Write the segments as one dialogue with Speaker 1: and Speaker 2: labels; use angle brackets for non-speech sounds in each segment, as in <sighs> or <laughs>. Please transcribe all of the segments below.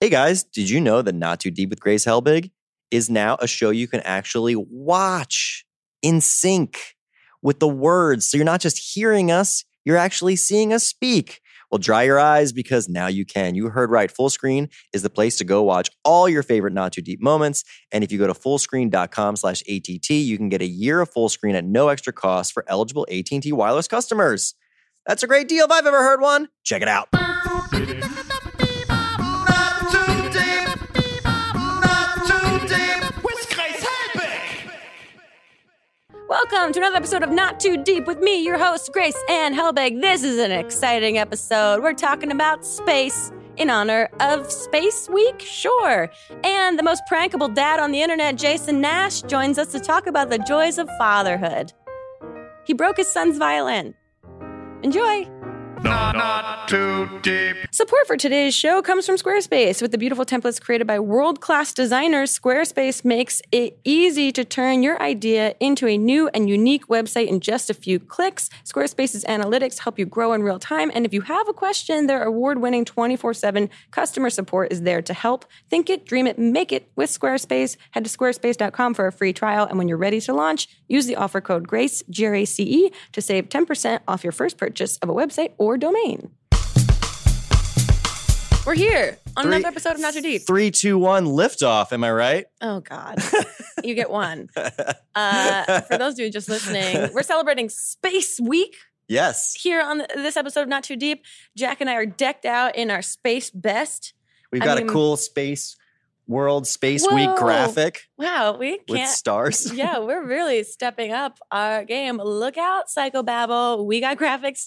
Speaker 1: Hey guys, did you know that Not Too Deep with Grace Helbig is now a show you can actually watch in sync with the words? So you're not just hearing us, you're actually seeing us speak. Well, dry your eyes because now you can. You heard right. Full screen is the place to go watch all your favorite Not Too Deep moments. And if you go to fullscreen.com slash ATT, you can get a year of full screen at no extra cost for eligible AT&T wireless customers. That's a great deal if I've ever heard one. Check it out.
Speaker 2: Welcome to another episode of Not Too Deep with me, your host, Grace Ann Helbig. This is an exciting episode. We're talking about space in honor of Space Week, sure. And the most prankable dad on the internet, Jason Nash, joins us to talk about the joys of fatherhood. He broke his son's violin. Enjoy! Support for today's show comes from Squarespace. With the beautiful templates created by world class designers, Squarespace makes it easy to turn your idea into a new and unique website in just a few clicks. Squarespace's analytics help you grow in real time. And if you have a question, their award winning 24 7 customer support is there to help. Think it, dream it, make it with Squarespace. Head to squarespace.com for a free trial. And when you're ready to launch, use the offer code GRACE, G R A C E, to save 10% off your first purchase of a website or domain. We're here on
Speaker 1: Three-
Speaker 2: another episode of Not Too Deep.
Speaker 1: Three, two, one, liftoff. Am I right? <laughs>
Speaker 2: Oh God, you get one. Uh, for those of you just listening, we're celebrating Space Week
Speaker 1: <laughs> Yes.
Speaker 2: here on th- this episode of Not Too Deep. Jack and I are decked out in our space best.
Speaker 1: We've
Speaker 2: I
Speaker 1: got
Speaker 2: mean-
Speaker 1: a cool space world space week
Speaker 2: Whoa.
Speaker 1: graphic
Speaker 2: Wow, we
Speaker 1: with
Speaker 2: can't.
Speaker 1: stars. <laughs>
Speaker 2: <laughs> yeah, we're really stepping up our game. Look out, Psychobabble. We got graphics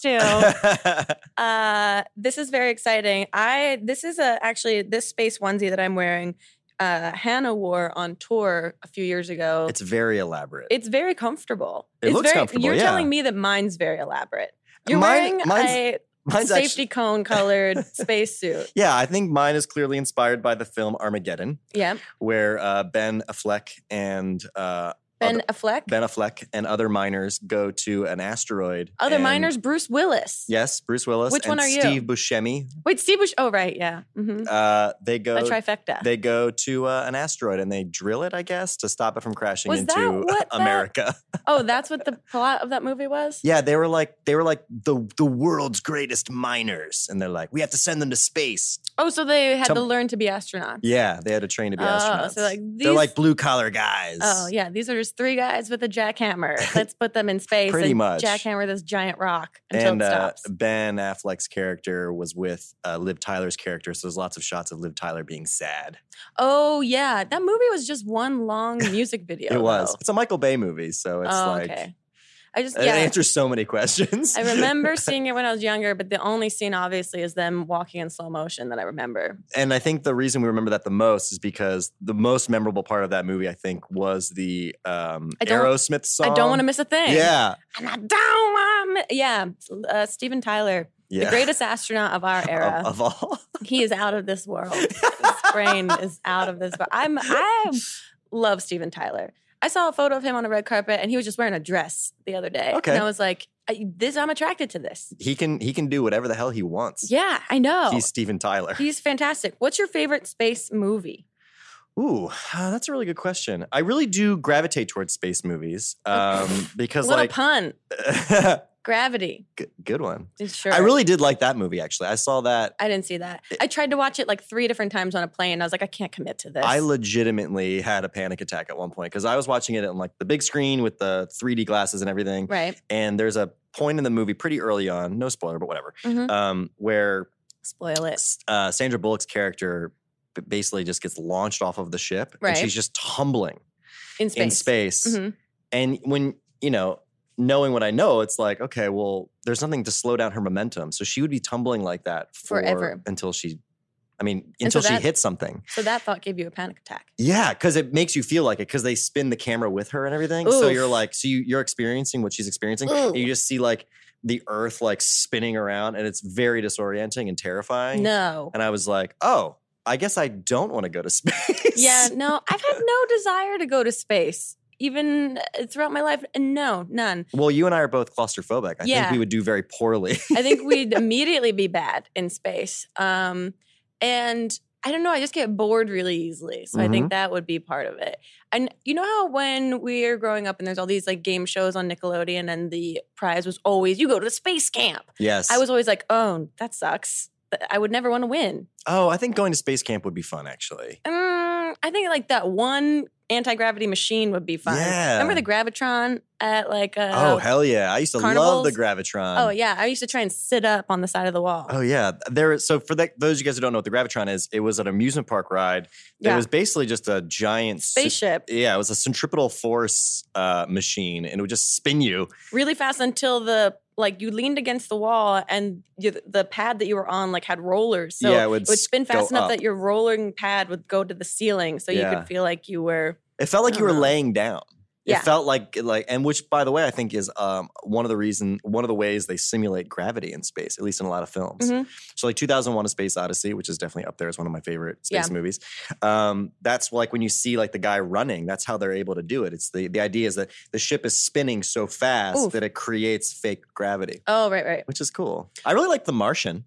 Speaker 1: <laughs>
Speaker 2: too. Uh, this is very exciting. I this is a actually this space onesie that I'm wearing. Uh, Hannah wore on tour a few years ago.
Speaker 1: it's very elaborate.
Speaker 2: It's very comfortable.
Speaker 1: It
Speaker 2: it's
Speaker 1: looks
Speaker 2: very,
Speaker 1: comfortable,
Speaker 2: You're
Speaker 1: yeah.
Speaker 2: telling me that mine's very elaborate. You're
Speaker 1: Mine-
Speaker 2: wearing
Speaker 1: mine's-
Speaker 2: a
Speaker 1: Mine's
Speaker 2: safety
Speaker 1: actually- <laughs>
Speaker 2: cone colored spacesuit.
Speaker 1: yeah, I think mine is clearly inspired by the film Armageddon,
Speaker 2: Yeah,
Speaker 1: where uh, Ben Affleck and uh,
Speaker 2: Ben Affleck.
Speaker 1: Ben Affleck and other miners go to an asteroid.
Speaker 2: Other
Speaker 1: and-
Speaker 2: miners, Bruce Willis.
Speaker 1: Yes, Bruce Willis
Speaker 2: Which
Speaker 1: and
Speaker 2: one are you?
Speaker 1: Steve Buscemi.
Speaker 2: Wait, Steve Bush. Oh, right. Yeah. hmm
Speaker 1: Uh, they
Speaker 2: A
Speaker 1: go.
Speaker 2: trifecta.
Speaker 1: They go to uh, an asteroid and they drill it, I guess, to stop it from crashing
Speaker 2: Was that
Speaker 1: into
Speaker 2: what that-
Speaker 1: America.
Speaker 2: oh, that's what the plot of that movie was.
Speaker 1: Yeah, they were like they were like the the world's greatest miners, and they're like, we have to send them to space.
Speaker 2: Oh, so they had
Speaker 1: Tell
Speaker 2: to
Speaker 1: me-
Speaker 2: learn to be astronauts.
Speaker 1: Yeah, they had to train to be
Speaker 2: Oh,
Speaker 1: astronauts.
Speaker 2: so, like,
Speaker 1: they're
Speaker 2: these-
Speaker 1: like blue collar guys.
Speaker 2: Oh yeah, these are just three guys with
Speaker 1: <laughs>
Speaker 2: a jackhammer. Let's put them in space.
Speaker 1: Pretty
Speaker 2: and
Speaker 1: much.
Speaker 2: Jackhammer this giant rock until
Speaker 1: And
Speaker 2: it
Speaker 1: uh,
Speaker 2: stops.
Speaker 1: Ben Affleck's character was with uh, Liv Tyler's character, so there's lots of shots of Liv Tyler being sad.
Speaker 2: oh yeah, that movie was just one long music video.
Speaker 1: it was.
Speaker 2: though.
Speaker 1: It's a Michael Bay movie, so it's
Speaker 2: oh,
Speaker 1: like
Speaker 2: okay. I just
Speaker 1: it
Speaker 2: yeah.
Speaker 1: answers so many <laughs> questions.
Speaker 2: I
Speaker 1: <laughs>
Speaker 2: remember seeing it when I was younger, but the only scene obviously is them walking in slow motion that I remember.
Speaker 1: and I think the reason we remember that the most is because the most memorable part of that movie, I think, was the um,
Speaker 2: I don't-
Speaker 1: Aerosmith song.
Speaker 2: I don't want to miss a thing.
Speaker 1: Yeah,
Speaker 2: And I don't want to. Yeah. Uh, Steven Tyler,
Speaker 1: yeah.
Speaker 2: the greatest astronaut of our era.
Speaker 1: <laughs> of, of all.
Speaker 2: he is out of this
Speaker 1: <laughs>
Speaker 2: world. His brain is out of this world. I'm I love Steven Tyler. I saw a photo of him on a red carpet and he was just wearing a dress the other day.
Speaker 1: Okay.
Speaker 2: And I was like, I, this I'm attracted to this.
Speaker 1: He can he can do whatever the hell he wants.
Speaker 2: Yeah, I know.
Speaker 1: He's <laughs>
Speaker 2: He's,
Speaker 1: Steven Tyler.
Speaker 2: fantastic. What's your favorite space movie?
Speaker 1: Ooh, <sighs> uh, that's a really good question. I really do gravitate towards space movies
Speaker 2: <laughs>
Speaker 1: um, because,
Speaker 2: Little
Speaker 1: like,
Speaker 2: pun. Gravity.
Speaker 1: <laughs> g- good one.
Speaker 2: Sure.
Speaker 1: I really did like that movie. Actually, I saw that.
Speaker 2: I didn't see that. I tried to watch it like three different times on a plane. I was like, I can't commit to this.
Speaker 1: I legitimately had a panic attack at one point because I was watching it on like the big screen with the 3D glasses and everything.
Speaker 2: right.
Speaker 1: And there's a point in the movie pretty early on, no spoiler, but whatever,
Speaker 2: Mhm.
Speaker 1: um, where
Speaker 2: Spoil it.
Speaker 1: s- uh, Sandra Bullock's character b- basically just gets launched off of the ship
Speaker 2: Right.
Speaker 1: and she's just tumbling
Speaker 2: In space.
Speaker 1: in space.
Speaker 2: Mhm.
Speaker 1: And when, you know, knowing what I know, it's like, okay, well, there's nothing to slow down her momentum. So she would be tumbling like that for,
Speaker 2: Forever.
Speaker 1: until she, I mean,
Speaker 2: And so
Speaker 1: until
Speaker 2: that-
Speaker 1: she hits something.
Speaker 2: So that thought gave you a panic attack.
Speaker 1: Yeah, because it makes you feel like it because they spin the camera with her and everything. So
Speaker 2: Oof.
Speaker 1: you're like, so you, you're experiencing what she's experiencing. And you just see like the earth like spinning around and it's very disorienting and terrifying.
Speaker 2: No.
Speaker 1: And I was like, oh, I guess I don't want to go to <laughs> space.
Speaker 2: Yeah, no, I've had no desire to go to space even uh, throughout my life. No, none.
Speaker 1: Well, you and I are both claustrophobic. I
Speaker 2: Yeah.
Speaker 1: think we would do very poorly. <laughs>
Speaker 2: I think we'd immediately be bad in space. Um, and I don't know. I just get bored really easily. So I
Speaker 1: Mm-hmm.
Speaker 2: think that would be part of it. And you know how when we were growing up and there's all these like game shows on Nickelodeon and the prize was always you go to the space camp.
Speaker 1: Yes.
Speaker 2: I was always like, oh, that sucks. Th- I would never want to win.
Speaker 1: Oh, I think going to space camp would be fun actually.
Speaker 2: Mm, I think like that one anti gravity machine would be fun.
Speaker 1: Yeah.
Speaker 2: Remember the gravitron at like uh,
Speaker 1: oh hell yeah! I used to love the gravitron.
Speaker 2: oh yeah, I used to try and sit up on the side of the wall.
Speaker 1: Oh yeah, there. is- So for that, those of you guys who don't know what the Gravitron is, it was an amusement park ride. It
Speaker 2: Yeah.
Speaker 1: was basically just a giant cen-
Speaker 2: Spaceship
Speaker 1: yeah, it was a centripetal force uh, machine, and it would just spin you.
Speaker 2: really fast until the like you leaned against the wall and you, the pad that you were on like had rollers, so
Speaker 1: yeah,
Speaker 2: it would spin
Speaker 1: go
Speaker 2: fast enough
Speaker 1: up.
Speaker 2: that your rolling pad would go to the ceiling, so you
Speaker 1: Yeah.
Speaker 2: could feel like you were.
Speaker 1: It felt like
Speaker 2: I
Speaker 1: you were
Speaker 2: don't know.
Speaker 1: laying down.
Speaker 2: Uh-huh. Yeah.
Speaker 1: It felt like like, and which by the way, I think is um, one of the reason one of the ways they simulate gravity in space, at least in a lot of films.
Speaker 2: Mhm.
Speaker 1: So like 2001: A Space Odyssey, which is definitely up there as one of my favorite space
Speaker 2: Yeah.
Speaker 1: movies. Um, that's like when you see like the guy running. That's how they're able to do it. It's the the idea is that the ship is spinning so fast
Speaker 2: Oof.
Speaker 1: that it creates fake gravity,
Speaker 2: Oh right, right.
Speaker 1: which is cool. I really like The Martian.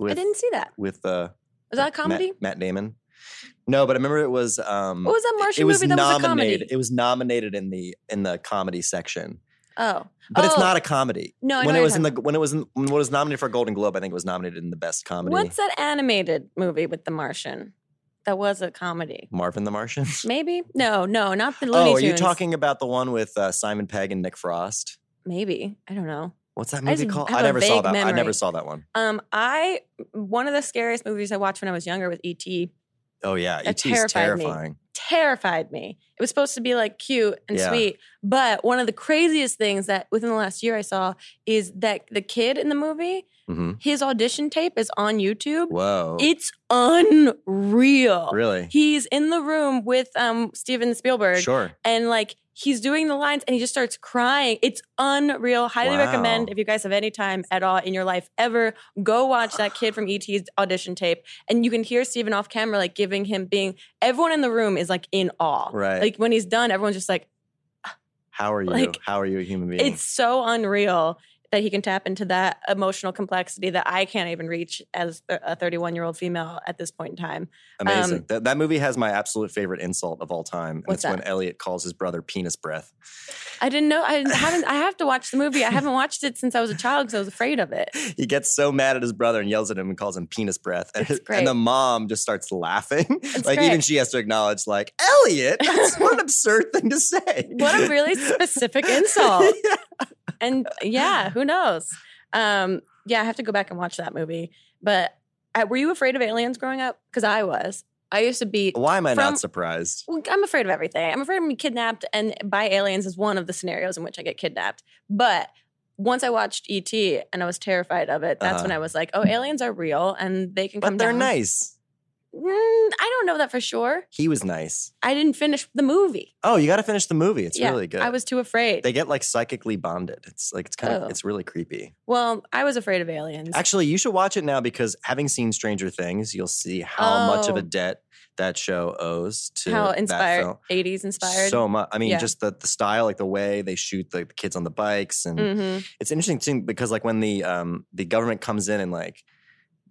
Speaker 2: I
Speaker 1: With
Speaker 2: didn't see that.
Speaker 1: with uh,
Speaker 2: Was that a
Speaker 1: Matt-
Speaker 2: comedy?
Speaker 1: Matt, Damon. No, but I remember it was. Um,
Speaker 2: What was that Martian movie that was a comedy?
Speaker 1: It was nominated in the in the comedy section,
Speaker 2: oh
Speaker 1: but it's
Speaker 2: Oh.
Speaker 1: not a comedy.
Speaker 2: no, I
Speaker 1: when
Speaker 2: know what
Speaker 1: it
Speaker 2: you're
Speaker 1: was in
Speaker 2: talking
Speaker 1: the when it was in, when it was nominated for a Golden Globe, I think it was nominated in the best comedy.
Speaker 2: What's that animated movie with the Martian? That was a comedy.
Speaker 1: Marvin the Martian.
Speaker 2: Maybe? No, no, not the <laughs> Looney
Speaker 1: Oh, are you
Speaker 2: Tunes.
Speaker 1: talking about the one with uh, Simon Pegg and Nick Frost?
Speaker 2: Maybe. I don't know.
Speaker 1: What's that
Speaker 2: I
Speaker 1: movie
Speaker 2: just
Speaker 1: called?
Speaker 2: have
Speaker 1: I
Speaker 2: a
Speaker 1: never saw
Speaker 2: vague
Speaker 1: that. I never
Speaker 2: memory.
Speaker 1: saw that one.
Speaker 2: Um, I one of the scariest movies I watched when I was younger was E E.T.
Speaker 1: Oh yeah,
Speaker 2: That
Speaker 1: E.T. is
Speaker 2: terrified me.
Speaker 1: terrifying.
Speaker 2: Terrified me. It was supposed to be like cute and
Speaker 1: Yeah.
Speaker 2: sweet, but one of the craziest things that within the last year I saw is that the kid in the movie,
Speaker 1: hmm
Speaker 2: his audition tape is on YouTube.
Speaker 1: Whoa,
Speaker 2: It's unreal.
Speaker 1: really?
Speaker 2: He's in the room with um Steven Spielberg
Speaker 1: Sure.
Speaker 2: and like he's doing the lines and he just starts crying. It's unreal. Highly recommend
Speaker 1: Wow.
Speaker 2: if you guys have any time at all in your life ever go watch that kid from ET's audition tape and you can hear Steven off camera like giving him being everyone in the room is like in awe.
Speaker 1: Right.
Speaker 2: Like when he's done everyone's just like
Speaker 1: How are you?
Speaker 2: like,
Speaker 1: How are you a human being?
Speaker 2: it's so unreal that he can tap into that emotional complexity that I can't even reach as a 31-year-old female at this point in time.
Speaker 1: Amazing.
Speaker 2: Um,
Speaker 1: that, that movie has my absolute favorite insult of all time. And
Speaker 2: What's
Speaker 1: it's when Elliot calls his brother penis breath.
Speaker 2: I didn't know I haven't I have to watch the movie. I haven't watched it since I was a child because I was afraid of it.
Speaker 1: <laughs> He gets so mad at his brother and yells at him and calls him penis breath. <laughs> And,
Speaker 2: It's
Speaker 1: his-
Speaker 2: great.
Speaker 1: and the mom just starts laughing. <laughs> like even
Speaker 2: great.
Speaker 1: she has to acknowledge, like, Elliot, that's
Speaker 2: <laughs>
Speaker 1: what an absurd thing to say. <laughs>
Speaker 2: What a really specific insult.
Speaker 1: Yeah.
Speaker 2: And yeah, who knows? Um, yeah, I have to go back and watch that movie. But uh, were you afraid of aliens growing up? Because I was. I used to be.
Speaker 1: <laughs> Why am I
Speaker 2: From-
Speaker 1: not surprised?
Speaker 2: Well, I'm afraid of everything. I'm afraid of being kidnapped, and by aliens is one of the scenarios in which I get kidnapped. But once I watched ET and I was terrified of it, that's
Speaker 1: Uh-huh.
Speaker 2: when I was like, oh, aliens are real and they can come
Speaker 1: But they're
Speaker 2: down.
Speaker 1: nice.
Speaker 2: Mm, I don't know that for sure.
Speaker 1: He was nice.
Speaker 2: I didn't finish the movie.
Speaker 1: Oh, you gotta finish the movie. It's
Speaker 2: Yeah,
Speaker 1: really good.
Speaker 2: I was too afraid.
Speaker 1: they get like psychically bonded. It's like it's kind
Speaker 2: Oh.
Speaker 1: of it's really creepy.
Speaker 2: well, I was afraid of aliens.
Speaker 1: Actually, you should watch it now because having seen Stranger Things, you'll see how much of
Speaker 2: Oh.
Speaker 1: a debt that show owes to
Speaker 2: how
Speaker 1: that
Speaker 2: inspired
Speaker 1: film.
Speaker 2: 80s inspired
Speaker 1: So much. I mean,
Speaker 2: Yeah.
Speaker 1: just the, the style, like the way they shoot the, the kids on the bikes, and
Speaker 2: Mhm.
Speaker 1: it's interesting too because like when the um the government comes in and like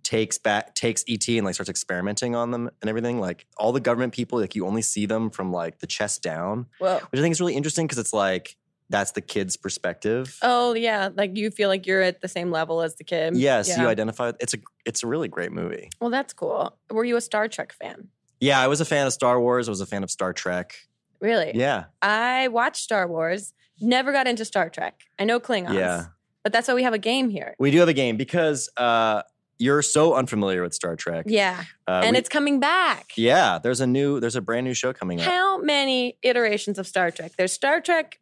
Speaker 1: takes back takes ET and like starts experimenting on them and everything, like all the government people, like you only see them from like the chest down,
Speaker 2: Whoa.
Speaker 1: which I think is really interesting because it's like that's the kid's perspective.
Speaker 2: Oh yeah, like you feel like you're at the same level as the kid.
Speaker 1: Yes,
Speaker 2: Yeah.
Speaker 1: you identify. It's a it's a really great movie.
Speaker 2: well, that's cool. Were you a Star Trek fan?
Speaker 1: Yeah, I was a fan of Star Wars. I was a fan of Star Trek.
Speaker 2: Really?
Speaker 1: Yeah,
Speaker 2: I watched Star Wars. Never got into Star Trek. I know Klingons.
Speaker 1: Yeah.
Speaker 2: But that's why we have a game here.
Speaker 1: we do have a game because uh, you're so unfamiliar with Star Trek.
Speaker 2: Yeah,
Speaker 1: uh,
Speaker 2: and
Speaker 1: we-
Speaker 2: it's coming back.
Speaker 1: yeah. There's a new, there's a brand new show coming <laughs> up.
Speaker 2: How many iterations of Star Trek? There's Star Trek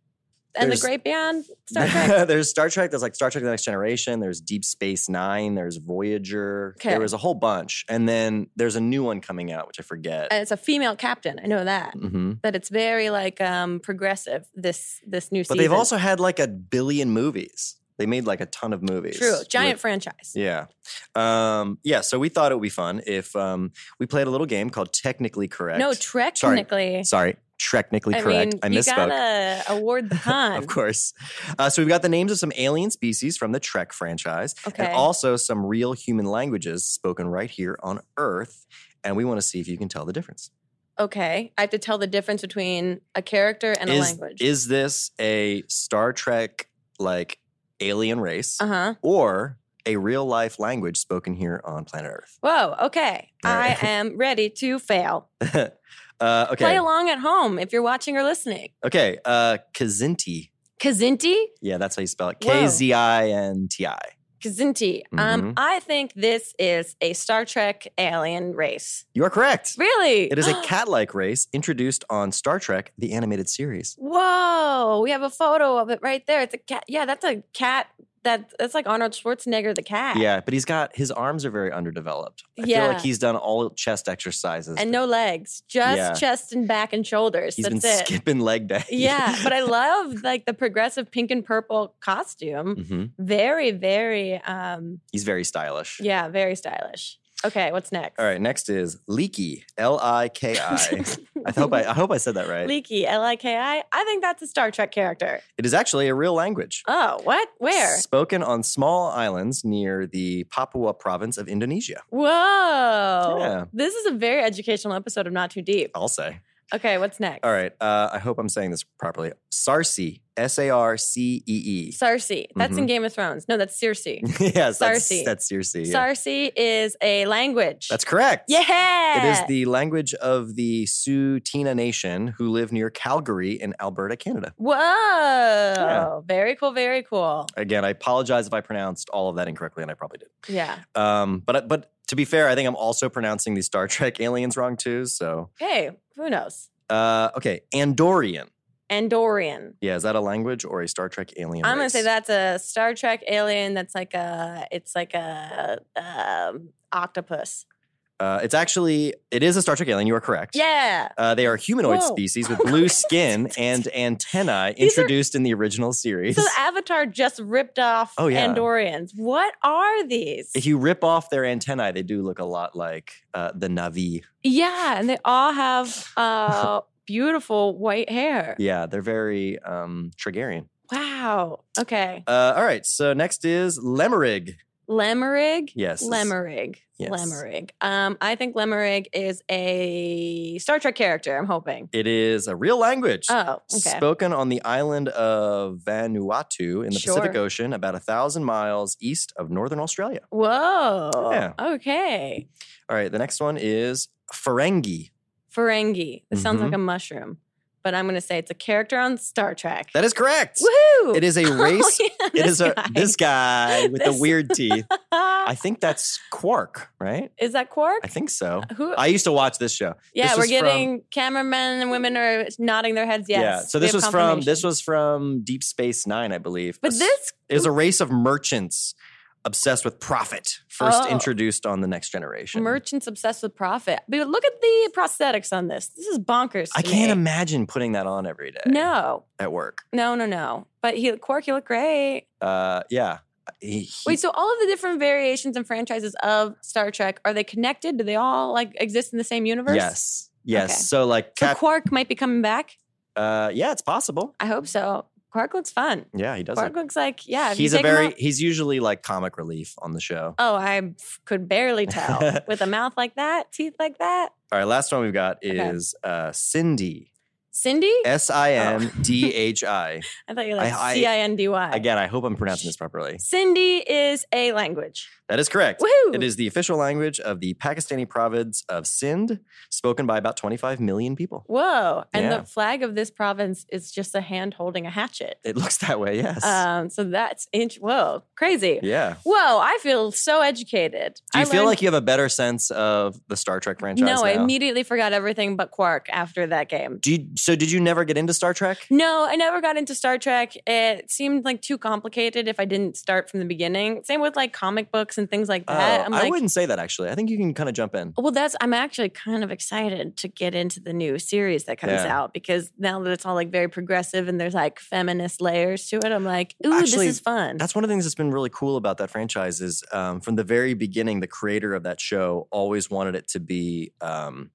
Speaker 2: and
Speaker 1: There's-
Speaker 2: the Great Beyond.
Speaker 1: <laughs>
Speaker 2: Star Trek.
Speaker 1: there's Star Trek. There's like Star Trek: The Next Generation. There's Deep Space Nine. There's Voyager.
Speaker 2: Okay.
Speaker 1: There was a whole bunch, and then there's a new one coming out, which I forget.
Speaker 2: and it's a female captain. I know that.
Speaker 1: hmm
Speaker 2: That it's very like um progressive. This this new
Speaker 1: But
Speaker 2: season.
Speaker 1: they've also had like a billion movies. They made like a ton of movies.
Speaker 2: true giant
Speaker 1: with-
Speaker 2: franchise.
Speaker 1: <laughs> Yeah. Um, yeah. So we thought it would be fun if um, we played a little game called Technically Correct.
Speaker 2: No, technically.
Speaker 1: Sorry, technically
Speaker 2: I
Speaker 1: correct.
Speaker 2: mean,
Speaker 1: I
Speaker 2: you
Speaker 1: misspoke.
Speaker 2: gotta
Speaker 1: <laughs>
Speaker 2: award the pun.
Speaker 1: Of course. Uh, so we've got the names of some alien species from the Trek franchise,
Speaker 2: Okay.
Speaker 1: and also some real human languages spoken right here on Earth. and we want to see if you can tell the difference.
Speaker 2: Okay. I have to tell the difference between a character and a
Speaker 1: is,
Speaker 2: language.
Speaker 1: is this a Star Trek like alien race
Speaker 2: uh huh.
Speaker 1: or a real life language spoken here on planet Earth? <laughs>
Speaker 2: Whoa. Okay.
Speaker 1: All
Speaker 2: I
Speaker 1: <laughs> right.
Speaker 2: am ready to fail.
Speaker 1: uh,
Speaker 2: Play
Speaker 1: okay.
Speaker 2: along at home if you're watching or listening.
Speaker 1: Okay. Uh, Kazinti.
Speaker 2: Kazinti?
Speaker 1: Yeah, that's how you spell it.
Speaker 2: Whoa.
Speaker 1: K Z I N T I.
Speaker 2: Kazinti. Um,
Speaker 1: Mhm.
Speaker 2: I think this is a Star Trek alien race.
Speaker 1: You are correct.
Speaker 2: Really?
Speaker 1: It is
Speaker 2: <gasps>
Speaker 1: a cat like race introduced on Star Trek, the animated series.
Speaker 2: Whoa, we have a photo of it right there. It's a cat. Yeah, that's a cat. That that's like Arnold Schwarzenegger, the cat.
Speaker 1: Yeah, but he's got his arms are very underdeveloped. I feel
Speaker 2: Yeah.
Speaker 1: like he's done all chest exercises.
Speaker 2: And no legs, just
Speaker 1: Yeah.
Speaker 2: chest and back and shoulders.
Speaker 1: he's been
Speaker 2: that's it.
Speaker 1: skipping leg day. <laughs>
Speaker 2: Yeah, but um, I love like the progressive pink and purple costume.
Speaker 1: hmm
Speaker 2: Very, very, um,
Speaker 1: he's very stylish.
Speaker 2: yeah, very stylish. Okay, what's next? <laughs>
Speaker 1: All right, next is Leaky, L I K I. I hope I, I hope I said that right.
Speaker 2: Leaky, L I K I. I think that's a Star Trek character.
Speaker 1: It is actually a real language.
Speaker 2: Oh, what? Where?
Speaker 1: Spoken on small islands near the Papua province of Indonesia.
Speaker 2: Whoa.
Speaker 1: Yeah.
Speaker 2: This is a very educational episode of Not Too Deep.
Speaker 1: I'll say.
Speaker 2: Okay, what's next?
Speaker 1: Oh. All right. Uh, I hope I'm saying this properly. Sarsi, S A R C E <laughs>
Speaker 2: Cersei. That's in
Speaker 1: Mhm.
Speaker 2: Game of Thrones. No, that's Circe.
Speaker 1: E. Yes, that's
Speaker 2: Sarsi.
Speaker 1: that's Circe. <laughs> yeah.
Speaker 2: Cersei is a language.
Speaker 1: That's correct. It
Speaker 2: Yeah.
Speaker 1: is the language of the Sioux-Tina Nation who live near Calgary in Alberta, Canada.
Speaker 2: Whoa.
Speaker 1: Yeah.
Speaker 2: Very cool, very cool.
Speaker 1: Again, I apologize if I pronounced all of that incorrectly, and I probably did.
Speaker 2: Yeah.
Speaker 1: Um, but but to be fair, I think I'm also pronouncing the Star <laughs> Trek aliens wrong too. So
Speaker 2: Hey, who knows?
Speaker 1: uh, okay, Andorian.
Speaker 2: Andorian.
Speaker 1: Yeah, is that a language or a Star Trek alien?
Speaker 2: I'm gonna
Speaker 1: race?
Speaker 2: say that's a Star Trek alien. That's like a, it's like a um, octopus.
Speaker 1: Uh, it's actually it is a Star Trek alien. You are correct.
Speaker 2: Yeah,
Speaker 1: Uh, they are humanoid
Speaker 2: Whoa.
Speaker 1: species
Speaker 2: <laughs>
Speaker 1: with blue skin and antennae
Speaker 2: These are-
Speaker 1: introduced in the original series.
Speaker 2: So the Avatar just ripped off
Speaker 1: Oh, yeah.
Speaker 2: Andorians. What are these?
Speaker 1: if you rip off their antennae, they do look a lot like uh, the Navi.
Speaker 2: yeah, and they all
Speaker 1: <laughs>
Speaker 2: have uh, beautiful white hair.
Speaker 1: Yeah, they're very um, Targaryen.
Speaker 2: Wow. Okay.
Speaker 1: Uh, all right, so next is Lemurig.
Speaker 2: Lemurig.
Speaker 1: Yes,
Speaker 2: Lemurig.
Speaker 1: Yes.
Speaker 2: Lemurig. Um, I think Lemurig is a Star Trek character. I'm hoping.
Speaker 1: It is a real language.
Speaker 2: Oh, okay.
Speaker 1: Spoken on the island of Vanuatu in the Pacific
Speaker 2: Sure.
Speaker 1: Ocean, about a thousand miles east of northern Australia.
Speaker 2: Whoa.
Speaker 1: Yeah.
Speaker 2: Okay.
Speaker 1: All right, the next one is Ferengi.
Speaker 2: Ferengi. This sounds like
Speaker 1: Mhm.
Speaker 2: a mushroom, but I'm gonna say it's a character on Star Trek.
Speaker 1: That is correct.
Speaker 2: Woohoo!
Speaker 1: It is
Speaker 2: <laughs>
Speaker 1: a
Speaker 2: Oh,
Speaker 1: race.
Speaker 2: yeah,
Speaker 1: it is a
Speaker 2: guy.
Speaker 1: this
Speaker 2: <laughs>
Speaker 1: guy with
Speaker 2: This-
Speaker 1: the weird
Speaker 2: <laughs>
Speaker 1: teeth. I think that's Quark, right?
Speaker 2: is that Quark?
Speaker 1: I think so.
Speaker 2: Who?
Speaker 1: I used to watch this show.
Speaker 2: yeah,
Speaker 1: this
Speaker 2: we're
Speaker 1: was from-
Speaker 2: getting cameramen and women are nodding their heads. Yes.
Speaker 1: Yeah. So
Speaker 2: We
Speaker 1: this
Speaker 2: have
Speaker 1: was from this
Speaker 2: confirmation.
Speaker 1: was from Deep Space Nine, I believe.
Speaker 2: But this
Speaker 1: is a race of merchants obsessed with profit, first
Speaker 2: Oh.
Speaker 1: introduced on the Next Generation.
Speaker 2: merchant's obsessed with profit. But look at the prosthetics on this. This is bonkers. to
Speaker 1: I can't
Speaker 2: me.
Speaker 1: imagine putting that on every day
Speaker 2: No,
Speaker 1: at work.
Speaker 2: no, no, no. But he, Quark, you look great.
Speaker 1: Uh, yeah. He- he-
Speaker 2: Wait, so all of the different variations and franchises of Star Trek are they connected? Do they all like exist in the same universe?
Speaker 1: yes. Yes.
Speaker 2: Okay.
Speaker 1: So like
Speaker 2: So
Speaker 1: Cap-
Speaker 2: Quark might be coming back.
Speaker 1: uh, yeah, it's possible.
Speaker 2: I hope so. Quark looks fun.
Speaker 1: Yeah, he does
Speaker 2: Quark
Speaker 1: it.
Speaker 2: looks like yeah. if you
Speaker 1: he's a
Speaker 2: take him
Speaker 1: very
Speaker 2: out-
Speaker 1: he's usually like comic relief on the show.
Speaker 2: Oh, I f- could barely
Speaker 1: <laughs>
Speaker 2: tell with a mouth like that, teeth like that.
Speaker 1: All right, last one we've got
Speaker 2: Okay.
Speaker 1: is uh, Cindy.
Speaker 2: Cindy?
Speaker 1: S I N D H I.
Speaker 2: <laughs> I thought you were like
Speaker 1: Eh, I- I-
Speaker 2: C I N D Y.
Speaker 1: Again, I hope I'm pronouncing this properly.
Speaker 2: Cindy is a language.
Speaker 1: That is correct.
Speaker 2: Woohoo!
Speaker 1: It is the official language of the Pakistani province of Sindh, spoken by about 25 million people.
Speaker 2: Whoa. And
Speaker 1: Yeah.
Speaker 2: the flag of this province is just a hand holding a hatchet.
Speaker 1: It <laughs> looks that way, yes.
Speaker 2: Um, so that's inch. Whoa, crazy.
Speaker 1: yeah.
Speaker 2: Whoa, I feel so educated.
Speaker 1: Do you
Speaker 2: I
Speaker 1: feel
Speaker 2: learned-
Speaker 1: like you have a better sense of the Star Trek franchise?
Speaker 2: No, I
Speaker 1: now?
Speaker 2: immediately forgot everything but Quark after that game.
Speaker 1: Do you, so did you never get into Star Trek?
Speaker 2: No, I never got into Star Trek. It seemed like too complicated if I didn't start from the beginning. Same with like comic books and things like that.
Speaker 1: Oh,
Speaker 2: I'm
Speaker 1: I
Speaker 2: like,
Speaker 1: wouldn't say that actually. I think you can kind of jump in.
Speaker 2: Well, that's I'm actually kind of excited to get into the new series that comes
Speaker 1: Yeah.
Speaker 2: out because now that it's all like very progressive and there's like feminist layers to it, I'm like, ooh,
Speaker 1: Actually,
Speaker 2: this is fun.
Speaker 1: That's one of the things that's been really cool about that franchise is um, from the very beginning, the creator of that show always wanted it to be um,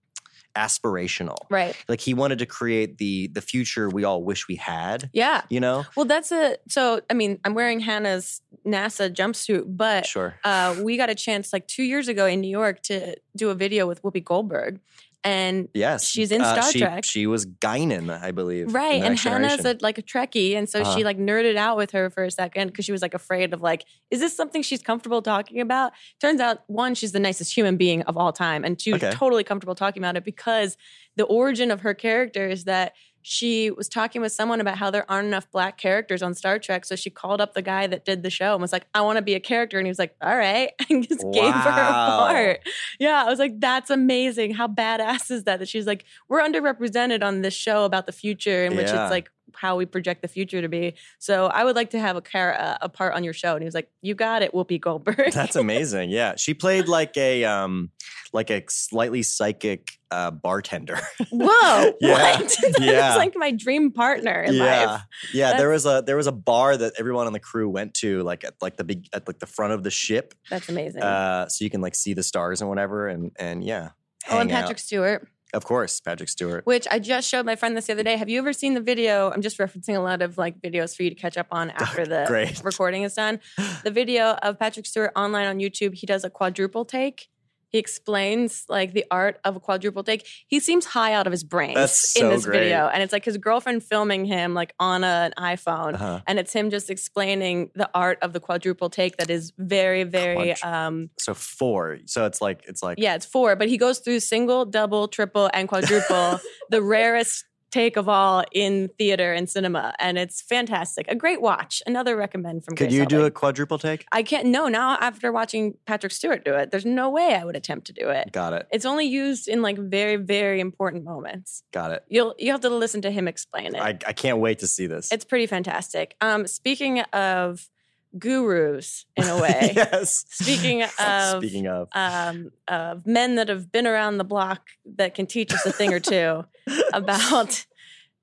Speaker 1: aspirational.
Speaker 2: Right.
Speaker 1: Like he wanted to create the the future we all wish we had.
Speaker 2: Yeah.
Speaker 1: You know.
Speaker 2: Well, that's a so. I mean, I'm wearing Hannah's NASA jumpsuit, but
Speaker 1: Sure.
Speaker 2: uh, we got a chance like two years ago in New York to do a video with Whoopi Goldberg, and
Speaker 1: Yes.
Speaker 2: she's in
Speaker 1: Uh,
Speaker 2: Star
Speaker 1: she,
Speaker 2: Trek.
Speaker 1: She was Guinan, I believe.
Speaker 2: Right,
Speaker 1: in
Speaker 2: and
Speaker 1: Next <laughs>
Speaker 2: Hannah's
Speaker 1: Generation.
Speaker 2: a, like a Trekkie, and so
Speaker 1: Uh-huh.
Speaker 2: she like nerded out with her for a second because she was like afraid of like, is this something she's comfortable talking about? Turns out, one, she's the nicest human being of all time, and two,
Speaker 1: Okay.
Speaker 2: totally comfortable talking about it because the origin of her character is that she was talking with someone about how there aren't enough black characters on Star Trek, so she called up the guy that did the show and was like, "I want to be a character," and he was like, "All right," <laughs> and just gave her a
Speaker 1: Wow.
Speaker 2: part. Yeah, I was like, that's amazing. How badass is that? That she's like, we're underrepresented on this show about the future, in which
Speaker 1: Yeah.
Speaker 2: it's like how we project the future to be. So I would like to have a car- uh, a part on your show. And he was like, you got it, Whoopi
Speaker 1: <laughs>
Speaker 2: Goldberg. <laughs>
Speaker 1: That's amazing. Yeah, she played like a um like a slightly psychic uh,
Speaker 2: <laughs>
Speaker 1: bartender.
Speaker 2: Whoa,
Speaker 1: <laughs> Yeah.
Speaker 2: what? <laughs> That's
Speaker 1: Yeah.
Speaker 2: like my dream partner in
Speaker 1: <laughs> yeah,
Speaker 2: life.
Speaker 1: yeah. There was a there was a bar that everyone on the crew went to, like at like the big at like the front of the ship,
Speaker 2: That's amazing.
Speaker 1: uh, so you can like see the stars and whatever. And and yeah,
Speaker 2: oh, and
Speaker 1: hang out.
Speaker 2: Patrick Stewart,
Speaker 1: of course, Patrick Stewart.
Speaker 2: which I just showed my friend this the other day. Have you ever seen the video? I'm just referencing a lot of like videos for you to catch up
Speaker 1: <laughs>
Speaker 2: on after the
Speaker 1: Oh,
Speaker 2: <laughs>
Speaker 1: Great.
Speaker 2: recording is
Speaker 1: <gasps>
Speaker 2: done. The video of Patrick Stewart online on YouTube, he does a quadruple take. He explains like the art of a quadruple take. He seems high out of his brain
Speaker 1: That's so
Speaker 2: in this
Speaker 1: great.
Speaker 2: video. And it's like his girlfriend filming him like on a, an iPhone.
Speaker 1: Uh-huh.
Speaker 2: And it's him just explaining the art of the quadruple take that is very, very
Speaker 1: Quadru-
Speaker 2: um
Speaker 1: So four. So it's like it's like
Speaker 2: yeah, it's four, but he goes through single, double, triple, and
Speaker 1: <laughs>
Speaker 2: quadruple, the rarest take of all in theater and cinema. And it's fantastic. A great watch. Another recommend from
Speaker 1: Could
Speaker 2: Grace
Speaker 1: you do
Speaker 2: Helbig.
Speaker 1: a quadruple take?
Speaker 2: I can't. No, now after watching Patrick Stewart do it, there's no way I would attempt to do it.
Speaker 1: Got it.
Speaker 2: It's only used in like very, very important moments.
Speaker 1: Got it.
Speaker 2: You'll you have to listen to him explain it.
Speaker 1: I, I can't wait to see this.
Speaker 2: it's pretty fantastic. Um, speaking of gurus, in
Speaker 1: <laughs>
Speaker 2: a way,
Speaker 1: yes. <laughs>
Speaker 2: Speaking of-
Speaker 1: Speaking of.
Speaker 2: um, of men that have been around the block that can teach us a thing
Speaker 1: <laughs>
Speaker 2: or two about.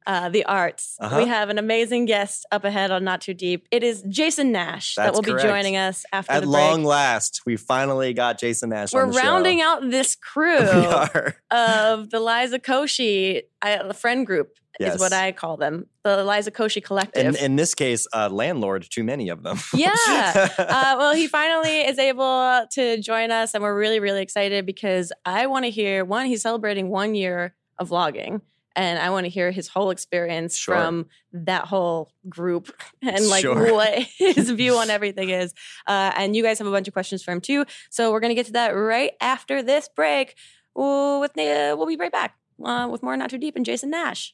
Speaker 2: Uh, the arts.
Speaker 1: Uh-huh.
Speaker 2: We have an amazing guest up ahead on Not Too Deep. It is Jason Nash that
Speaker 1: That's
Speaker 2: will be
Speaker 1: correct.
Speaker 2: joining us after
Speaker 1: At
Speaker 2: the
Speaker 1: long
Speaker 2: break.
Speaker 1: last, we finally got Jason Nash.
Speaker 2: We're
Speaker 1: on the
Speaker 2: rounding
Speaker 1: show.
Speaker 2: out this
Speaker 1: <laughs>
Speaker 2: crew.
Speaker 1: We are.
Speaker 2: of the Liza Koshy I, the friend group
Speaker 1: Yes.
Speaker 2: is what I call them. The Liza Koshy Collective.
Speaker 1: In, in this case, uh, landlord, too many of them. <laughs>
Speaker 2: Yeah. uh, well, he finally is able to join us, and we're really, really excited because I want to hear one. He's celebrating one year of vlogging, and I want to hear his whole experience
Speaker 1: Sure.
Speaker 2: from that whole group <laughs> and like
Speaker 1: Sure. <laughs>
Speaker 2: what his view on everything is. Uh, and you guys have a bunch of questions for him too, so we're gonna get to that right after this break. Ooh, with the, we'll be right back uh, with more Not Too Deep and Jason Nash.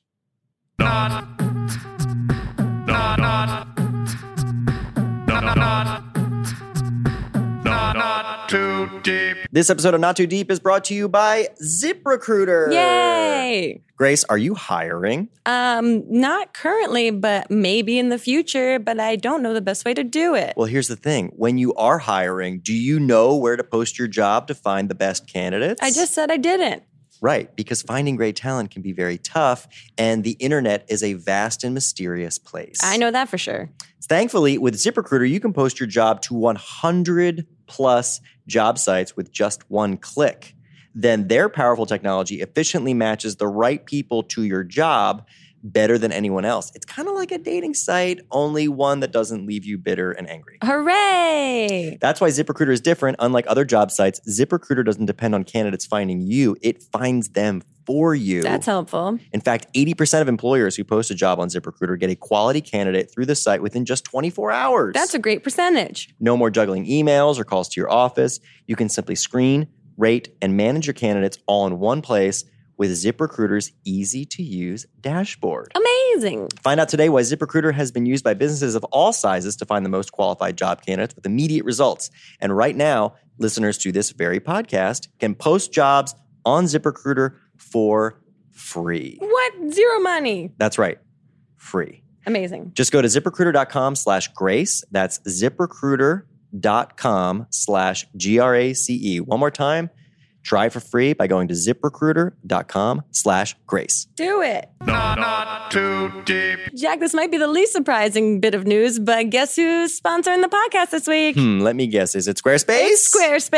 Speaker 3: Too deep.
Speaker 1: <laughs> this episode of Not Too Deep is brought to you by ZipRecruiter.
Speaker 2: Yay!
Speaker 1: Grace, are you hiring?
Speaker 2: Um, not currently, but maybe in the future, but I don't know the best way to do it.
Speaker 1: Well, here's the thing when you are hiring, do you know where to post your job to find the best candidates?
Speaker 2: I just said I didn't.
Speaker 1: Right, because finding great talent can be very tough, and the internet is a vast and mysterious place.
Speaker 2: I know that for sure.
Speaker 1: Thankfully, with ZipRecruiter, you can post your job to 100 plus job sites with just one click. Then their powerful technology efficiently matches the right people to your job better than anyone else. It's kind of like a dating site, only one that doesn't leave you bitter and angry.
Speaker 2: Hooray!
Speaker 1: That's why ZipRecruiter is different. Unlike other job sites, ZipRecruiter doesn't depend on candidates finding you, it finds them for you.
Speaker 2: That's helpful.
Speaker 1: In fact, 80% of employers who post a job on ZipRecruiter get a quality candidate through the site within just 24 hours.
Speaker 2: That's a great percentage.
Speaker 1: No more juggling emails or calls to your office. You can simply screen, rate, and manage your candidates all in one place with ZipRecruiter's easy to use dashboard.
Speaker 2: Amazing.
Speaker 1: Find out today why ZipRecruiter has been used by businesses of all sizes to find the most qualified job candidates with immediate results. And right now, listeners to this very podcast can post jobs on ZipRecruiter for free.
Speaker 2: What? Zero money.
Speaker 1: That's right, free.
Speaker 2: Amazing.
Speaker 1: Just go to ziprecruiter.com slash grace. That's ziprecruiter.com slash G R A C E. One more time, Try it for free by going to ziprecruiter.com slash grace.
Speaker 2: Do it.
Speaker 3: Not, not too deep.
Speaker 2: Jack, this might be the least surprising bit of news, but guess who's sponsoring the podcast this week?
Speaker 1: Hmm, let me guess. Is it Squarespace?
Speaker 2: It's Squarespace.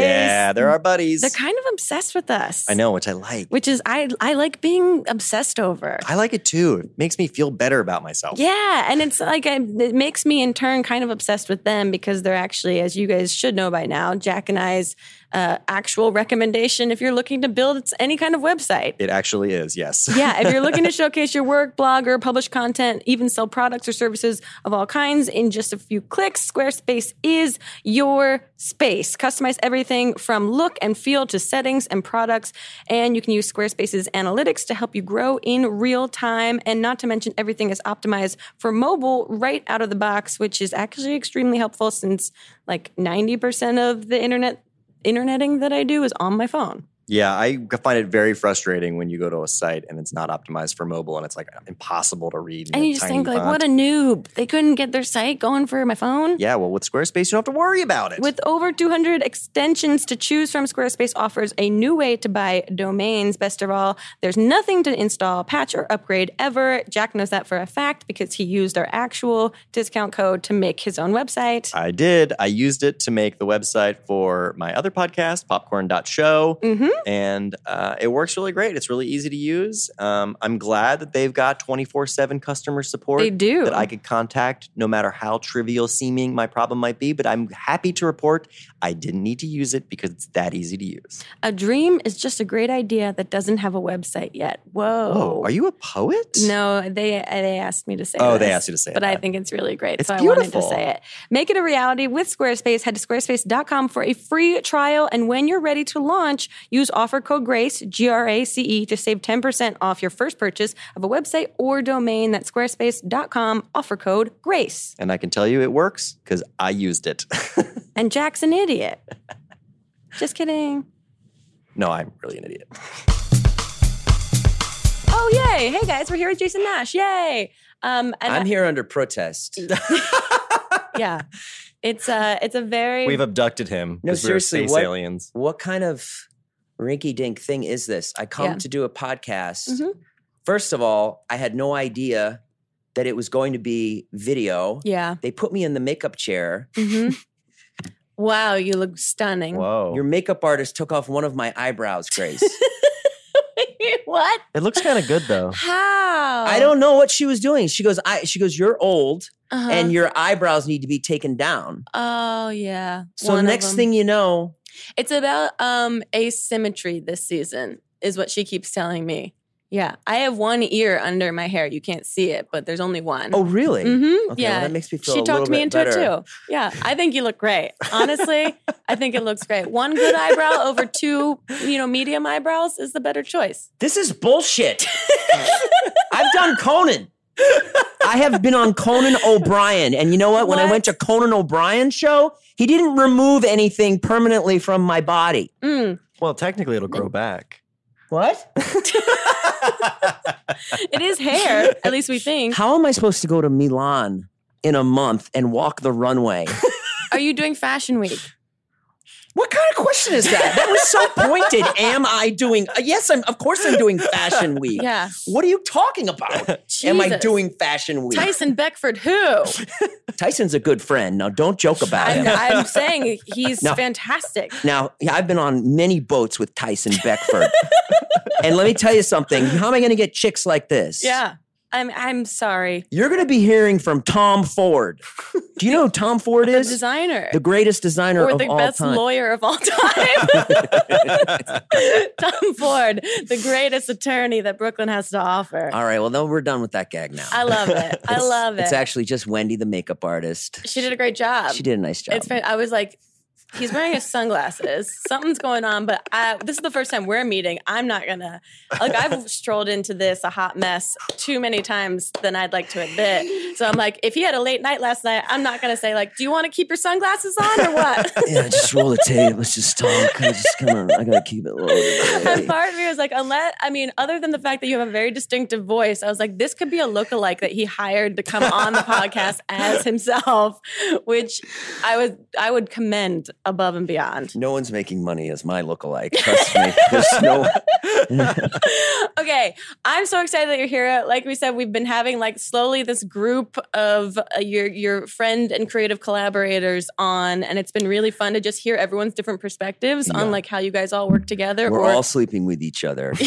Speaker 1: Yeah, they're our buddies.
Speaker 2: They're kind of obsessed with us.
Speaker 1: I know, which I like.
Speaker 2: Which is I I like being obsessed over.
Speaker 1: I like it too. It makes me feel better about myself.
Speaker 2: Yeah, and it's like I, it makes me in turn kind of obsessed with them because they're actually, as you guys should know by now, Jack and I's uh, actual recommendation if you're looking to build any kind of website.
Speaker 1: It actually is, yes.
Speaker 2: <laughs> yeah, if you're looking to showcase your work, blog, or publish content, even sell products or services of all kinds in just a few clicks, Squarespace is your space. Customize everything from look and feel to settings and products, and you can use Squarespace's analytics to help you grow in real time. And not to mention, everything is optimized for mobile right out of the box, which is actually extremely helpful since like 90% of the internet interneting that I do is on my phone.
Speaker 1: <laughs> Yeah, I find it very frustrating when you go to a site and it's not optimized for mobile and it's like impossible to read. in
Speaker 2: And
Speaker 1: a
Speaker 2: you just
Speaker 1: tiny
Speaker 2: think like,
Speaker 1: font.
Speaker 2: what a noob! They couldn't get their site going for my phone.
Speaker 1: Yeah, well, with Squarespace, you don't have to worry about it.
Speaker 2: With over 200 extensions to choose from, Squarespace offers a new way to buy domains. Best of all, there's nothing to install, patch, or upgrade ever. Jack knows that for a fact because he used our actual discount code to make his own website.
Speaker 1: I did. I used it to make the website for my other podcast, popcorn.show,
Speaker 2: Mm-hmm.
Speaker 1: and uh, it works really great. It's really easy to use. Um, I'm glad that they've got 24 7 customer support
Speaker 2: They do.
Speaker 1: that I could contact no matter how trivial seeming my problem might be. But I'm happy to report I didn't need to use it because it's that easy to use.
Speaker 2: a dream is just a great idea that doesn't have a website yet. Whoa.
Speaker 1: Oh, are you a poet?
Speaker 2: No, they they asked me to say.
Speaker 1: Oh, they
Speaker 2: this,
Speaker 1: asked you to say it.
Speaker 2: But I think it's really great,
Speaker 1: It's
Speaker 2: so I
Speaker 1: beautiful.
Speaker 2: wanted to say it. Make it a reality with Squarespace. Head to squarespace.com for a free trial, and when you're ready to launch, use offer code Grace G R A C E to save ten percent off your first purchase of a website or domain. That's squarespace.com. Offer code Grace.
Speaker 1: And I can tell you it works because I used it. <laughs>
Speaker 2: And Jack's an idiot. Just kidding.
Speaker 1: no, I'm really an idiot.
Speaker 2: Oh yay! Hey guys, we're here with Jason Nash. Yay! Um, and
Speaker 4: I'm here under protest.
Speaker 2: yeah, it's a it's a very
Speaker 1: We've abducted him.
Speaker 4: No,
Speaker 1: 'cause
Speaker 4: seriously,
Speaker 1: we were space
Speaker 4: what-
Speaker 1: aliens.
Speaker 4: what kind of rinky dink thing is this? I come
Speaker 2: Yeah.
Speaker 4: to do a podcast.
Speaker 2: Mhm.
Speaker 4: First of all, I had no idea that it was going to be video.
Speaker 2: yeah.
Speaker 4: They put me in the makeup chair.
Speaker 2: hmm wow, you look stunning.
Speaker 1: Whoa.
Speaker 4: Your makeup artist took off one of my eyebrows, Grace.
Speaker 2: <laughs> what?
Speaker 1: It looks kind of good though.
Speaker 2: How?
Speaker 4: uh, I don't know what she was doing. She goes, I she goes, You're old
Speaker 2: Uh-huh.
Speaker 4: and your eyebrows need to be taken down.
Speaker 2: oh yeah.
Speaker 4: So
Speaker 2: One of
Speaker 4: next
Speaker 2: them.
Speaker 4: thing you know,
Speaker 2: it's about um asymmetry this season is what she keeps telling me. Yeah, I have one ear under my hair. You can't see it, but there's only one.
Speaker 4: oh really?
Speaker 2: hmm
Speaker 4: Okay,
Speaker 2: yeah.
Speaker 4: well, that makes me feel
Speaker 2: she
Speaker 4: a little
Speaker 2: talked me
Speaker 4: bit
Speaker 2: into
Speaker 4: better.
Speaker 2: it too. Yeah, I think you look
Speaker 4: <laughs>
Speaker 2: great. Honestly, I think it looks great. One good eyebrow over two, you know, medium eyebrows is the better choice.
Speaker 4: This is bullshit. <laughs> I've done Conan. I have been on Conan O'Brien. And you know what? When I went to
Speaker 2: What?
Speaker 4: Conan O'Brien's show, he didn't remove anything permanently from my body.
Speaker 2: Mm.
Speaker 1: Well, technically it'll grow back.
Speaker 4: What?
Speaker 2: It is hair, at least we think.
Speaker 4: How am I supposed to go to Milan in a month and walk the runway?
Speaker 2: Are you doing Fashion Week?
Speaker 4: <laughs> What kind of question is that? That was so pointed. Am I doing? uh, yes, I'm. Of course, I'm doing Fashion Week.
Speaker 2: Yeah.
Speaker 4: What are you talking about? Am I
Speaker 2: Jesus.
Speaker 4: doing Fashion Week?
Speaker 2: Tyson Beckford,
Speaker 4: <laughs>
Speaker 2: who?
Speaker 4: Tyson's a good friend. Now, don't joke about
Speaker 2: I'm,
Speaker 4: him.
Speaker 2: I'm saying he's
Speaker 4: No.
Speaker 2: fantastic.
Speaker 4: Now, yeah, I've been on many boats with Tyson Beckford. <laughs> and let me tell you something. How am I going to get chicks like this?
Speaker 2: Yeah. I'm I'm sorry.
Speaker 4: You're going to be hearing from Tom Ford. Do you know who Tom Ford
Speaker 2: The
Speaker 4: is?
Speaker 2: designer.
Speaker 4: the greatest designer
Speaker 2: or
Speaker 4: of
Speaker 2: the
Speaker 4: all
Speaker 2: best
Speaker 4: time.
Speaker 2: lawyer of all
Speaker 4: <laughs>
Speaker 2: time. Tom Ford, the greatest attorney that Brooklyn has to offer.
Speaker 4: all right, well, then we're done with that gag now.
Speaker 2: I love it. I
Speaker 4: It's-
Speaker 2: love it.
Speaker 4: It's actually just Wendy, the makeup artist.
Speaker 2: she did a great job.
Speaker 4: She did a nice job.
Speaker 2: It's been, I was like, he's wearing his sunglasses. Something's going on, but I, this is the first time we're meeting. I'm not gonna like I've strolled into this a hot mess too many times than I'd like to admit. So I'm like, if he had a late night last night, I'm not gonna say like, do you want to keep your sunglasses on or what?
Speaker 4: yeah, just roll the tape. Let's just talk. I just come on. I gotta keep it
Speaker 2: <laughs> <laughs> And
Speaker 4: low.
Speaker 2: part of me was like, unless I mean, other than the fact that you have a very distinctive voice, I was like, this could be a lookalike that he hired to come on the podcast as himself, which I was I would commend above and beyond.
Speaker 1: No one's making money as my lookalike. Trust
Speaker 2: <laughs>
Speaker 1: me. There's no.
Speaker 2: okay, I'm so excited that you're here. Like we said, we've been having like slowly this group of uh, your your friend and creative collaborators on, and it's been really fun to just hear everyone's different perspectives
Speaker 1: Yeah.
Speaker 2: on like how you guys all work together.
Speaker 4: We're
Speaker 2: or
Speaker 4: all sleeping with each other.
Speaker 2: <laughs>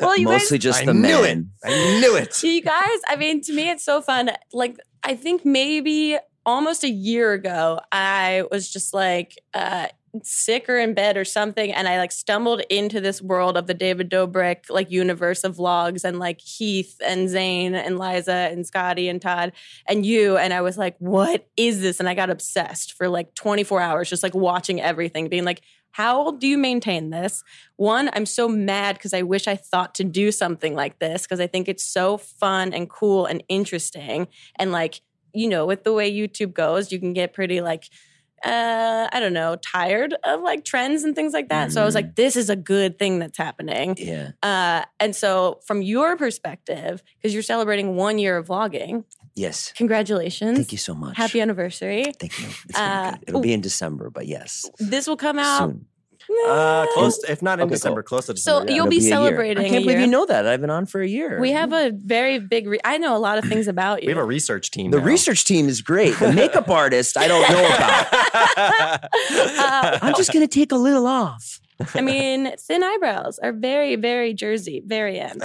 Speaker 2: well, you guys
Speaker 4: Mostly just
Speaker 1: I
Speaker 4: the
Speaker 1: knew it.
Speaker 4: men.
Speaker 1: I knew it.
Speaker 2: to <laughs> you guys, I mean, to me, it's so fun. Like, I think maybe almost a year ago, I was just like uh, sick or in bed or something, and I like stumbled into this world of the David Dobrik like universe of vlogs and like Heath and Zane and Liza and Scotty and Todd and you, and I was like, what is this? And I got obsessed for like 24 hours, just like watching everything, being like. How do you maintain this? One, I'm so mad because I wish I thought to do something like this because I think it's so fun and cool and interesting. And like, you know, with the way YouTube goes, you can get pretty like, uh, I don't know, tired of like trends and things like that. So I was
Speaker 4: Mhm.
Speaker 2: like, this is a good thing that's happening.
Speaker 4: Yeah.
Speaker 2: Uh, and so, from your perspective, because you're celebrating one year of vlogging,
Speaker 4: Yes.
Speaker 2: congratulations.
Speaker 4: Thank you so much.
Speaker 2: Happy anniversary.
Speaker 4: Thank you. It's been
Speaker 2: Uh,
Speaker 4: good. It'll be in December, but yes,
Speaker 2: This will come out.
Speaker 4: soon.
Speaker 1: Uh, close, if not in
Speaker 4: Okay, cool.
Speaker 1: December, close to
Speaker 2: So
Speaker 1: December. yeah.
Speaker 2: you'll
Speaker 4: It'll
Speaker 2: be
Speaker 4: be a year.
Speaker 2: celebrating.
Speaker 4: I can't
Speaker 2: a
Speaker 4: believe
Speaker 2: year.
Speaker 4: you know that. I've been on for a year.
Speaker 2: We have a very big. Re- I know a lot of
Speaker 4: <clears throat>
Speaker 2: things about you.
Speaker 1: we have a research team.
Speaker 4: the
Speaker 1: now. <laughs>
Speaker 4: research team is great. The <laughs> makeup artist, I don't know about.
Speaker 2: Uh,
Speaker 4: I'm just gonna take a little off. <laughs>
Speaker 2: I mean, thin eyebrows are very, very Jersey, very in.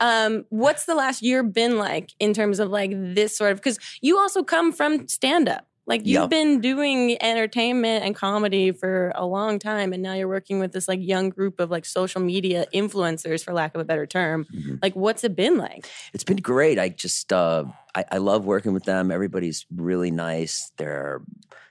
Speaker 2: Um, what's the last year been like in terms of like this sort of? Because you also come from stand up. Like you've
Speaker 4: Yeah.
Speaker 2: been doing entertainment and comedy for a long time, and now you're working with this like young group of like social media influencers, for lack of a better term.
Speaker 4: Mm-hmm.
Speaker 2: Like, what's it been like?
Speaker 4: It's been great. I just uh, I, I love working with them. Everybody's really nice. They're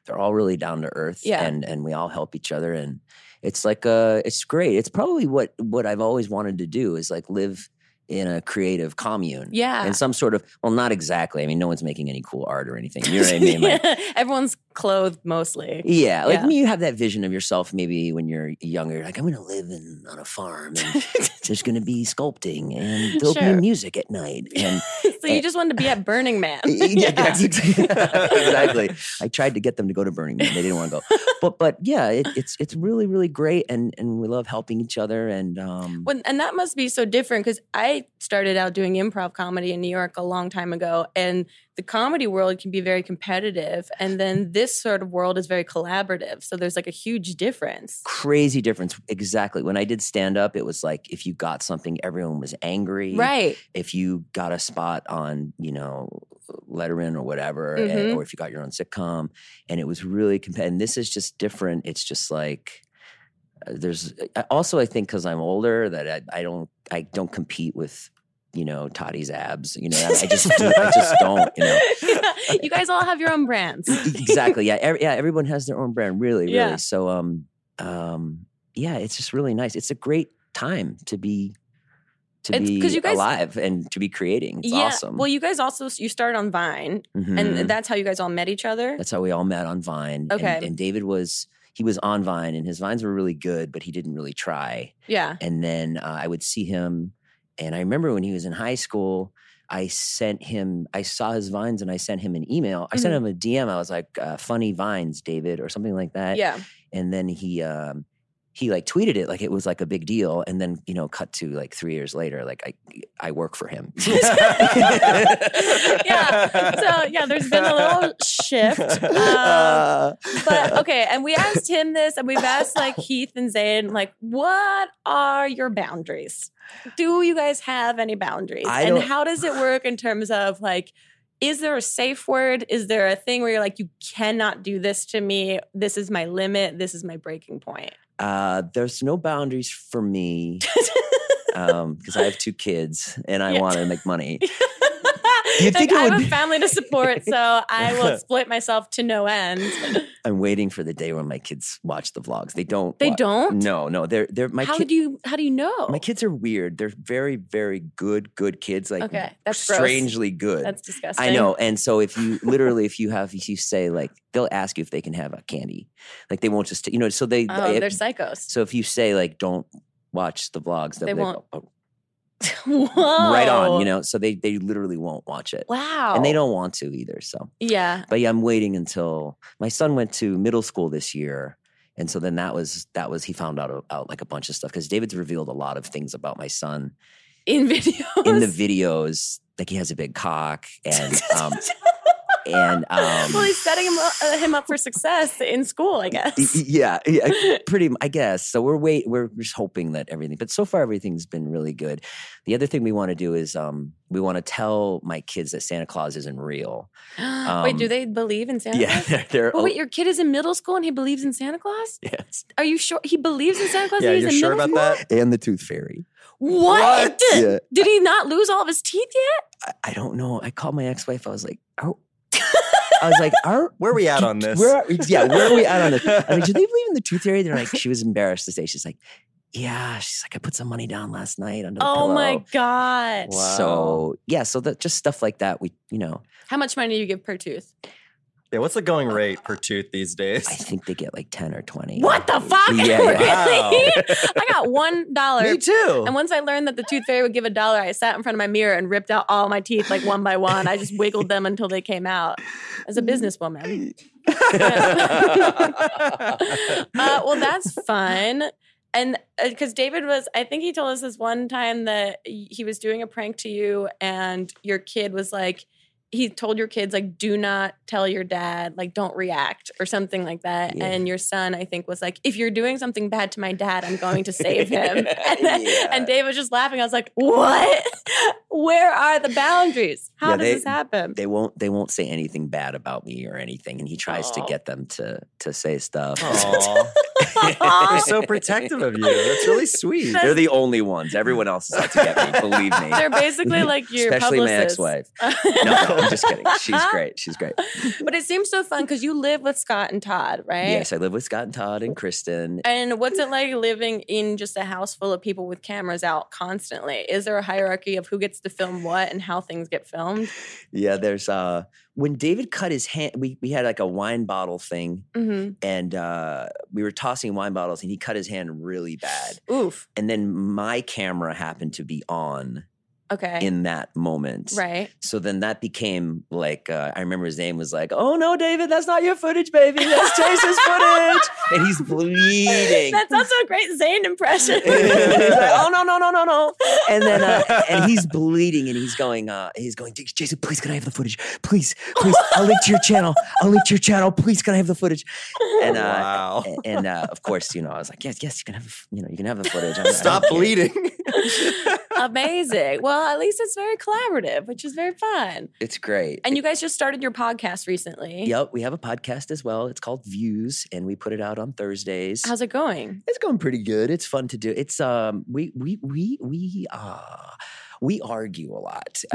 Speaker 4: they're all really down to earth.
Speaker 2: Yeah.
Speaker 4: And and we all help each other. And it's like uh it's great. It's probably what what I've always wanted to do is like live in a creative commune.
Speaker 2: Yeah.
Speaker 4: In some sort of well, not exactly. I mean, no one's making any cool art or anything. You know what
Speaker 2: <laughs>
Speaker 4: I mean? Like,
Speaker 2: Everyone's clothed mostly. <laughs>
Speaker 4: Yeah, like
Speaker 2: Yeah.
Speaker 4: you have that vision of yourself maybe when you're younger. Like I'm going to live in on a farm, and
Speaker 2: <laughs>
Speaker 4: there's going to be sculpting, and there'll
Speaker 2: Sure.
Speaker 4: be music at night. And
Speaker 2: so you just wanted to be at Burning Man. <laughs>
Speaker 4: Eh. <laughs> E, yeah, that's
Speaker 2: Yeah.
Speaker 4: ex- <laughs> exactly. I tried to get them to go to Burning Man; they didn't want to go. But but yeah, it, it's it's really really great, and and we love helping each other. And um,
Speaker 2: When, and that must be so different because I started out doing improv comedy in New York a long time ago, and the comedy world can be very competitive, and then this sort of world is very collaborative. So there's like a huge difference.
Speaker 4: crazy difference. Exactly. When I did stand up, it was like if you got something, everyone was angry.
Speaker 2: Right.
Speaker 4: if you got a spot on, you know, Letterman or whatever, and-
Speaker 2: Mhm.
Speaker 4: or if you got your own sitcom, and it was really competitive. And this is just different. It's just like uh, there's I- also I think because I'm older that I, I don't I don't compete with you know Toddy's abs. You know, I, I just do- I just don't. You
Speaker 2: <laughs>
Speaker 4: know,
Speaker 2: you guys all have your own
Speaker 4: <laughs>
Speaker 2: brands.
Speaker 4: exactly. Yeah, every, yeah. Everyone has their own brand. Really, really.
Speaker 2: Yeah.
Speaker 4: So um um yeah, it's just really nice. It's a great time to be. To
Speaker 2: It's-
Speaker 4: be
Speaker 2: 'cause you guys-
Speaker 4: alive and to be creating. It's awesome.
Speaker 2: Well, you guys also you started on Vine,
Speaker 4: Mhm.
Speaker 2: and that's how you guys all met each other.
Speaker 4: That's how we all met on Vine. And-
Speaker 2: Okay.
Speaker 4: And, David was he was on Vine, and his vines were really good, but he didn't really try.
Speaker 2: Yeah.
Speaker 4: And then uh, I would see him, and I remember when he was in high school. I sent him. I saw his vines, and I sent him an email. I sent
Speaker 2: Mm-hmm.
Speaker 4: him a DM. I was like, uh, "Funny vines, David," or something like that.
Speaker 2: Yeah.
Speaker 4: And then he um, he like tweeted it like it was like a big deal. And then you know, cut to like three years later, like I I work
Speaker 2: <laughs>
Speaker 4: for him. <laughs>
Speaker 2: yeah. So yeah, there's been a little
Speaker 4: <laughs>
Speaker 2: shift. Um,
Speaker 4: Uh,
Speaker 2: but okay, and we asked him this, and we've asked
Speaker 4: <laughs>
Speaker 2: like Heath and Zayn, like, what are your boundaries? Do you guys have any boundaries?
Speaker 4: I
Speaker 2: and
Speaker 4: don't-
Speaker 2: how does it work in terms of like, is there a safe word? Is there a thing where you're like, you cannot do this to me? This is my limit. This is my breaking point. <laughs>
Speaker 4: Uh, there's no boundaries for me because I have two kids and I
Speaker 2: Yeah.
Speaker 4: want to make money.
Speaker 2: You
Speaker 4: think it
Speaker 2: I have
Speaker 4: would
Speaker 2: a
Speaker 4: be-
Speaker 2: family to support, so I will
Speaker 4: <laughs>
Speaker 2: exploit myself to no end.
Speaker 4: I'm waiting for the day when my kids watch the vlogs. They don't.
Speaker 2: They
Speaker 4: wa-
Speaker 2: don't.
Speaker 4: No, no. They're they're my
Speaker 2: how
Speaker 4: kids.
Speaker 2: do you? How do you know?
Speaker 4: my kids are weird. They're very very good good kids. Like
Speaker 2: Okay, that's gross.
Speaker 4: strangely good.
Speaker 2: That's disgusting.
Speaker 4: I know. And so
Speaker 2: <laughs>
Speaker 4: if you literally if you have if you say like they'll ask you if they can have a candy, like they won't just you know. So they
Speaker 2: Oh,
Speaker 4: I-
Speaker 2: they're psychos.
Speaker 4: so if you say like don't watch the vlogs, they'll
Speaker 2: They
Speaker 4: be like,
Speaker 2: won't. Oh.
Speaker 4: "Oh, oh."
Speaker 2: Whoa.
Speaker 4: <laughs> right on, you know. So they they literally won't watch it.
Speaker 2: Wow.
Speaker 4: And they don't want to either. So
Speaker 2: Yeah.
Speaker 4: but yeah, I'm waiting until my son went to middle school this year. And so then that was that was he found out out like a bunch of stuff because David's revealed a lot of things about my son
Speaker 2: In videos.
Speaker 4: in the
Speaker 2: <laughs>
Speaker 4: videos. Like he has a big cock and um and um
Speaker 2: well, he's setting him up, uh, him up for success in school, I guess.
Speaker 4: y- y- yeah, yeah,
Speaker 2: <laughs>
Speaker 4: pretty m- I guess. So we're wait we're just hoping that everything but so far everything's been really good. The other thing we want to do is um we want to tell my kids that Santa Claus isn't real.
Speaker 2: <gasps> wait,
Speaker 4: um,
Speaker 2: do they believe in Santa
Speaker 4: Yeah, <laughs>
Speaker 2: Claus?
Speaker 4: they're, they're
Speaker 2: Well, wait, your kid is in middle school and he believes in Santa Claus?
Speaker 4: yes.
Speaker 2: Are you sure he believes in Santa Claus?
Speaker 1: yeah,
Speaker 2: and he's
Speaker 1: you're
Speaker 2: in
Speaker 1: sure
Speaker 2: middle
Speaker 1: about
Speaker 2: school?
Speaker 1: that?
Speaker 4: and the tooth fairy.
Speaker 2: What?
Speaker 1: Yeah.
Speaker 2: Did he not lose all of his teeth yet?
Speaker 4: I, I don't know. I called my ex-wife. I was like, <laughs> oh. I was like, are
Speaker 1: Where are we at on this?
Speaker 4: where are, yeah, where are we at on this? I mean, do <laughs> they believe in the tooth fairy? They're like, she was embarrassed to say. She's like, yeah. She's like, I put some money down last night under the
Speaker 2: Oh
Speaker 4: pillow.
Speaker 2: my god!
Speaker 1: Wow.
Speaker 4: So yeah, so that just stuff like that. We, you know,
Speaker 2: How much money do you give per tooth?
Speaker 1: yeah, what's the going rate per tooth these days? <laughs>
Speaker 4: I think they get like ten or twenty.
Speaker 2: What the fuck? <laughs>
Speaker 4: Yeah,
Speaker 2: really?
Speaker 4: yeah.
Speaker 2: <laughs> I got one dollar.
Speaker 1: Me too.
Speaker 2: And once I learned that the tooth fairy would give a dollar, I sat in front of my mirror and ripped out all my teeth like one by one. I just wiggled them until they came out. As a businesswoman. uh, well, that's fun. And because David was, I think he told us this one time that he was doing a prank to you, and your kid was like, he told your kids like, "Do not tell your dad, like, don't react or something like that."
Speaker 4: Yeah.
Speaker 2: And your son, I think, was like, "If you're doing something bad to my dad, I'm going to save him."
Speaker 4: <laughs>
Speaker 2: and, then-
Speaker 4: Yeah.
Speaker 2: and David was just laughing. I was like, "What? <laughs> Where are the boundaries? How
Speaker 4: Yeah,
Speaker 2: does
Speaker 4: they-
Speaker 2: this happen?"
Speaker 4: <laughs> They won't. They won't say anything bad about me or anything. And he tries to
Speaker 2: Aw.
Speaker 4: get them to to say
Speaker 1: <laughs>
Speaker 4: stuff. <laughs>
Speaker 1: Aw,
Speaker 2: <laughs>
Speaker 1: they're so protective of you. That's really sweet.
Speaker 4: They're the only ones. Everyone else is out to get me. Believe me.
Speaker 2: They're basically like your
Speaker 4: Especially my
Speaker 2: publicist.
Speaker 4: ex-wife.
Speaker 2: <laughs>
Speaker 4: No, no, I'm just kidding. She's great. She's great.
Speaker 2: But it seems so fun because you live with Scott and Todd, right?
Speaker 4: Yes, I live with Scott and Todd and Kristen.
Speaker 2: And what's it like living in just a house full of people with cameras out constantly? Is there a hierarchy of who gets to film what and how things get filmed?
Speaker 4: Yeah, there's uh when David cut his hand, we we had like a wine bottle thing,
Speaker 2: hmm
Speaker 4: and uh we were tossing wine bottles, and he cut his hand really bad.
Speaker 2: Oof.
Speaker 4: And then my camera happened to be on
Speaker 2: Okay.
Speaker 4: in that moment.
Speaker 2: right.
Speaker 4: So then that became like uh, I remember his name was like, "Oh no, David, that's not your footage, baby. That's Chase's footage," and he's bleeding.
Speaker 2: That's also a great Zayn
Speaker 4: <laughs>
Speaker 2: impression.
Speaker 4: And he's like, oh no, no, no, no, no. And then uh,
Speaker 1: <laughs>
Speaker 4: and he's bleeding and he's going, uh, he's going, Jason, please can I have the footage? Please, please, I'll link to your channel. I'll link to your channel. Please can I have the footage? And uh
Speaker 1: wow.
Speaker 4: a- and uh, of course, you know, I was like, yes, yes, you can have, the f- you know, you can have the footage. I
Speaker 2: uh,
Speaker 4: don't- I
Speaker 1: Stop
Speaker 2: <laughs>
Speaker 4: don't care.
Speaker 1: bleeding.
Speaker 2: Amazing. Well, at least it's very collaborative, which is very fun.
Speaker 4: It's great.
Speaker 2: And you guys just started your podcast recently.
Speaker 4: Yep, we have a podcast as well. It's called Views, and we put it out on Thursdays.
Speaker 2: How's it
Speaker 4: <laughs>
Speaker 2: going? <laughs>
Speaker 4: it's going pretty good. It's fun to do. It's um, we we we we uh, we argue a lot.
Speaker 2: <laughs>
Speaker 4: <laughs>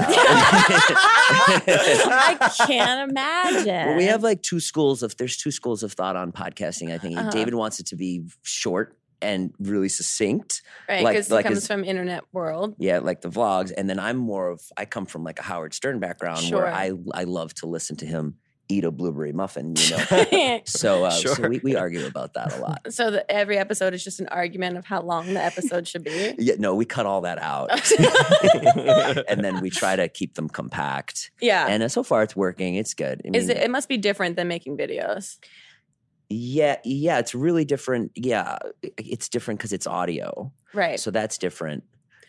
Speaker 4: Uh,
Speaker 1: <laughs>
Speaker 2: I <laughs> can't imagine.
Speaker 4: Well, we have like two schools of there's two schools of thought on podcasting. I think
Speaker 2: Uh-huh.
Speaker 4: David wants it to be short and really succinct.
Speaker 2: right
Speaker 4: like-
Speaker 2: because
Speaker 4: like
Speaker 2: it comes
Speaker 4: is-
Speaker 2: from internet world.
Speaker 4: Yeah, like the vlogs. And then I'm more of I come from like a Howard Stern background
Speaker 2: Sure.
Speaker 4: where I I love to listen to him eat a blueberry muffin,
Speaker 2: <laughs>
Speaker 4: you know. so uh, so
Speaker 1: Sure.
Speaker 4: we, we argue about that a lot.
Speaker 2: So the, every episode is just an argument of how long the episode should be.
Speaker 4: <laughs> Yeah, no, we cut all
Speaker 2: <laughs>
Speaker 4: that out. <laughs> and then we try to keep them compact.
Speaker 2: yeah.
Speaker 4: And uh, so far it's working. It's good. I
Speaker 2: is
Speaker 4: mean,
Speaker 2: it, it must be different than making videos.
Speaker 4: yeah, yeah, it's really different. Yeah, it's different because it's audio.
Speaker 2: Right.
Speaker 4: So that's different.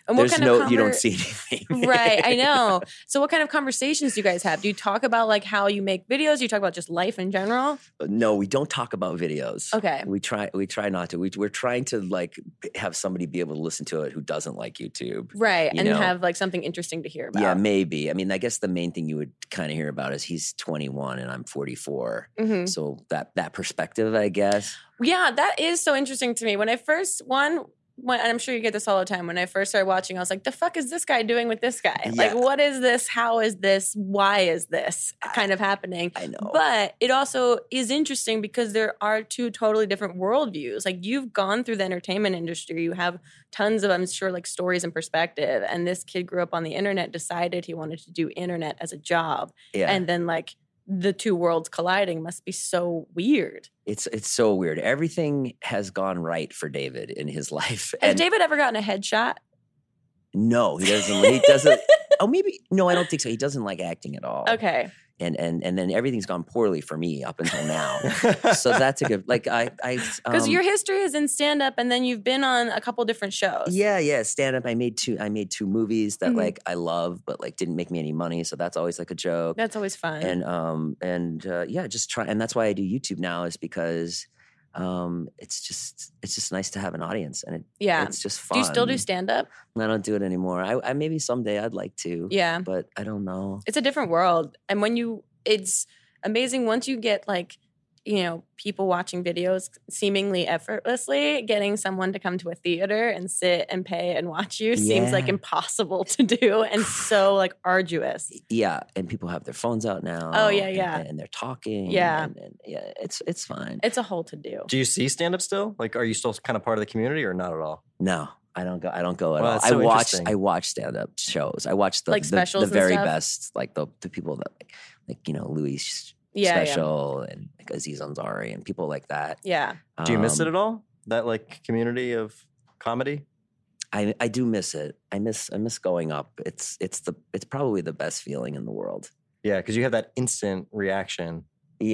Speaker 2: and
Speaker 4: There's no, you don't
Speaker 2: conver-
Speaker 4: see anything.
Speaker 2: right. I
Speaker 4: <laughs>
Speaker 2: know. So what kind of conversations do you guys have? Do you talk about like how you make videos? Do you talk about just life in general?
Speaker 4: <laughs> no, we don't talk about videos.
Speaker 2: Okay.
Speaker 4: We try. We try not to. We, we're trying to like have somebody be able to listen to it who doesn't like YouTube.
Speaker 2: Right.
Speaker 4: You
Speaker 2: and
Speaker 4: know.
Speaker 2: have like something interesting to hear about.
Speaker 4: Yeah, maybe. I mean, I guess the main thing you would kind of hear about is he's 21 and I'm 44.
Speaker 2: Mhm.
Speaker 4: So that that perspective, I guess.
Speaker 2: Yeah, that is so interesting to me. When I first one when, and I'm sure you get this all the time. When I first started watching, I was like, "The fuck is this guy doing with this guy? Like,
Speaker 4: Yeah.
Speaker 2: what is this? How is this? Why is this kind of happening?"
Speaker 4: I know.
Speaker 2: But it also is interesting because there are two totally different worldviews. Like you've gone through the entertainment industry, you have tons of, I'm sure, like stories and perspective. And this kid grew up on the internet, decided he wanted to do internet as a job,
Speaker 4: yeah,
Speaker 2: and then like the two worlds colliding must be so weird.
Speaker 4: it's it's so weird. Everything has gone right for David in his <laughs> life.
Speaker 2: Has
Speaker 4: And-
Speaker 2: David ever gotten a headshot?
Speaker 4: No, he doesn't.
Speaker 2: <laughs>
Speaker 4: he doesn't. Oh, maybe no, I don't think so. He doesn't like acting at all.
Speaker 2: Okay.
Speaker 4: and and and then everything's gone poorly for me up until now. so <laughs> that's a good like I I
Speaker 2: Because
Speaker 4: um,
Speaker 2: your history is in stand up, and then you've been on a couple different shows.
Speaker 4: um,
Speaker 2: <laughs>
Speaker 4: yeah yeah stand up. I made two I made two movies that
Speaker 2: Mhm.
Speaker 4: like I love but like didn't make me any money. So that's always like a joke.
Speaker 2: That's always fun.
Speaker 4: and um and uh, yeah just try and that's why I do YouTube now is because um it's just it's just nice to have an audience and it
Speaker 2: yeah.
Speaker 4: it's just fun.
Speaker 2: Do you still do stand up?
Speaker 4: I don't do it anymore. I, I maybe someday I'd like to.
Speaker 2: Yeah.
Speaker 4: But I don't know.
Speaker 2: It's a different world. And when you, it's amazing once you get like, you know, people watching videos seemingly effortlessly, getting someone to come to a theater and sit and pay and watch you seems like
Speaker 4: Yeah.
Speaker 2: impossible to do and so like arduous.
Speaker 4: Yeah, and people have their phones out now.
Speaker 2: Oh, yeah,
Speaker 4: and-
Speaker 2: yeah.
Speaker 4: And, they're talking.
Speaker 2: Yeah.
Speaker 4: and, and- yeah, it's it's fine.
Speaker 2: It's a whole to do.
Speaker 1: Do you see stand up still? Like, are you still kind of part of the community or not at all?
Speaker 4: No, I don't go. I don't go at
Speaker 1: Wow,
Speaker 4: all.
Speaker 1: that's so
Speaker 4: I watch.
Speaker 1: interesting.
Speaker 4: I watch stand up shows. I watch the
Speaker 2: Like
Speaker 4: the-
Speaker 2: specials
Speaker 4: the,
Speaker 2: and
Speaker 4: very
Speaker 2: stuff?
Speaker 4: best, like the the people that like, like you know Louis
Speaker 2: Yeah. yeah.
Speaker 4: special and like Aziz Ansari and people like that.
Speaker 2: Yeah.
Speaker 1: Do you miss it
Speaker 4: Um,
Speaker 1: at all? That like community of comedy?
Speaker 4: I I do miss it. I miss I miss going up. It's it's the it's probably the best feeling in the world.
Speaker 1: Yeah, because you have that instant reaction.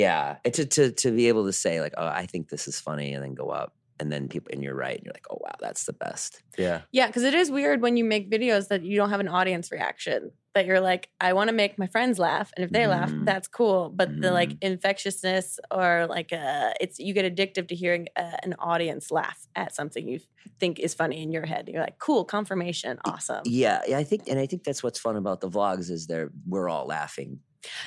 Speaker 4: Yeah, and to to to be able to say like, oh, I think this is funny, and then go up, and then people, and you're right, and you're like, oh wow, that's the best.
Speaker 1: Yeah.
Speaker 2: Yeah, because it is weird when you make videos that you don't have an audience reaction. That you're like, I want to make my friends laugh, and if they laugh,
Speaker 4: Mhm.
Speaker 2: that's cool. But the like
Speaker 4: Mm-hmm.
Speaker 2: infectiousness or like uh, it's you get addictive to hearing uh, an audience laugh at something you think is funny in your head. You're like, cool, confirmation, awesome.
Speaker 4: Yeah, yeah, I think, and I think that's what's fun about the vlogs is they're we're all laughing.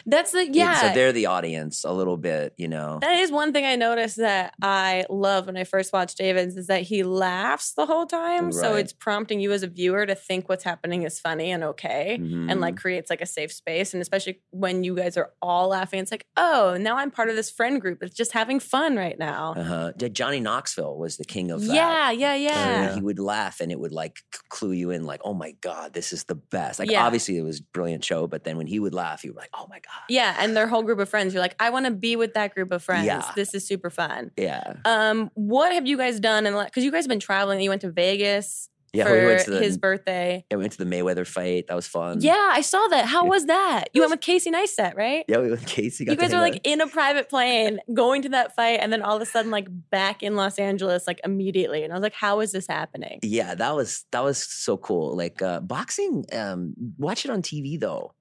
Speaker 2: That's the
Speaker 4: Yeah,
Speaker 2: yeah.
Speaker 4: so they're the audience a little bit, you know.
Speaker 2: that is one thing I noticed that I love when I first watched David's is that he laughs the whole time. So
Speaker 4: Right.
Speaker 2: it's prompting you as a viewer to think what's happening is funny and okay. and like
Speaker 4: Mhm.
Speaker 2: creates like a safe space and especially when you guys are all laughing it's like oh now i'm part of this friend group that's just having fun right now
Speaker 4: uh-huh. Yeah, Johnny Knoxville was the king of that.
Speaker 2: yeah yeah
Speaker 4: Uh,
Speaker 2: yeah
Speaker 4: He would laugh and it would like c- clue you in, like, oh my God, this is the best. Like,
Speaker 2: Yeah.
Speaker 4: obviously, it was a brilliant show, but then when he would laugh, you were like, oh my God.
Speaker 2: yeah and their whole group of friends you're like i want to be with that group of friends
Speaker 4: Yeah.
Speaker 2: this is super fun
Speaker 4: Yeah.
Speaker 2: um what have you guys done and because you guys have been traveling you went to vegas
Speaker 4: Yeah.
Speaker 2: for
Speaker 4: we went to the,
Speaker 2: his birthday
Speaker 4: yeah, we went to the Mayweather fight. That was fun.
Speaker 2: yeah i saw that how
Speaker 4: yeah.
Speaker 2: was that you went with casey neistat right
Speaker 4: Yeah, we went Casey. Got
Speaker 2: you
Speaker 4: to
Speaker 2: guys
Speaker 4: hang
Speaker 2: were
Speaker 4: out-
Speaker 2: like in a private plane going to that fight and then all of a sudden like back in los angeles like immediately and i was like how is this happening
Speaker 4: yeah, that was that was so cool. Like uh, boxing, um, watch it on TV though.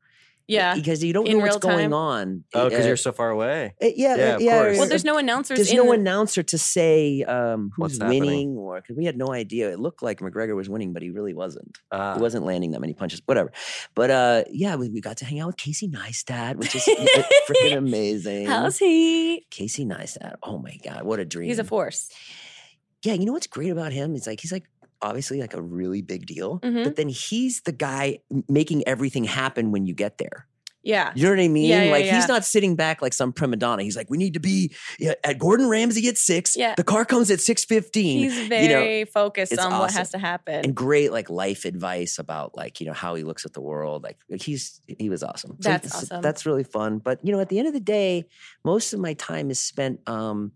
Speaker 2: Yeah.
Speaker 4: because you don't
Speaker 2: In
Speaker 4: know what's
Speaker 2: real time.
Speaker 4: going on.
Speaker 1: Oh, because
Speaker 4: Uh,
Speaker 1: you're so far away.
Speaker 4: Uh, yeah,
Speaker 1: Yeah,
Speaker 4: yeah.
Speaker 1: of
Speaker 4: yeah
Speaker 1: course.
Speaker 2: Well,
Speaker 1: Yeah.
Speaker 2: there's no announcers.
Speaker 4: There's
Speaker 2: in
Speaker 4: no
Speaker 2: the-
Speaker 4: announcer to say um,
Speaker 1: What's
Speaker 4: who's
Speaker 1: happening?
Speaker 4: winning or because we had no idea. It looked like McGregor was winning, but he really wasn't.
Speaker 1: Uh,
Speaker 4: he wasn't landing that many punches. Whatever. But uh, yeah, we, we got to hang out with Casey Neistat, which
Speaker 2: <laughs>
Speaker 4: is freaking amazing.
Speaker 2: How's he?
Speaker 4: Casey Neistat. Oh my god, what a dream.
Speaker 2: He's a force.
Speaker 4: yeah, you know what's great about him is like he's like obviously like a really big deal,
Speaker 2: Mhm.
Speaker 4: but then he's the guy m- making everything happen when you get there.
Speaker 2: Yeah.
Speaker 4: You know what I mean?
Speaker 2: Yeah, yeah,
Speaker 4: like
Speaker 2: yeah.
Speaker 4: he's not sitting back like some prima donna. He's like, we need to be yeah, at Gordon Ramsay at six.
Speaker 2: Yeah.
Speaker 4: The car comes at six fifteen.
Speaker 2: He's
Speaker 4: know,
Speaker 2: very focused on
Speaker 4: it's
Speaker 2: what
Speaker 4: awesome.
Speaker 2: has to happen.
Speaker 4: And great like life advice about like you know how he looks at the world. Like he's he was awesome.
Speaker 2: That's
Speaker 4: it's-
Speaker 2: awesome.
Speaker 4: That's really fun. But you know, at the end of the day, most of my time is spent. um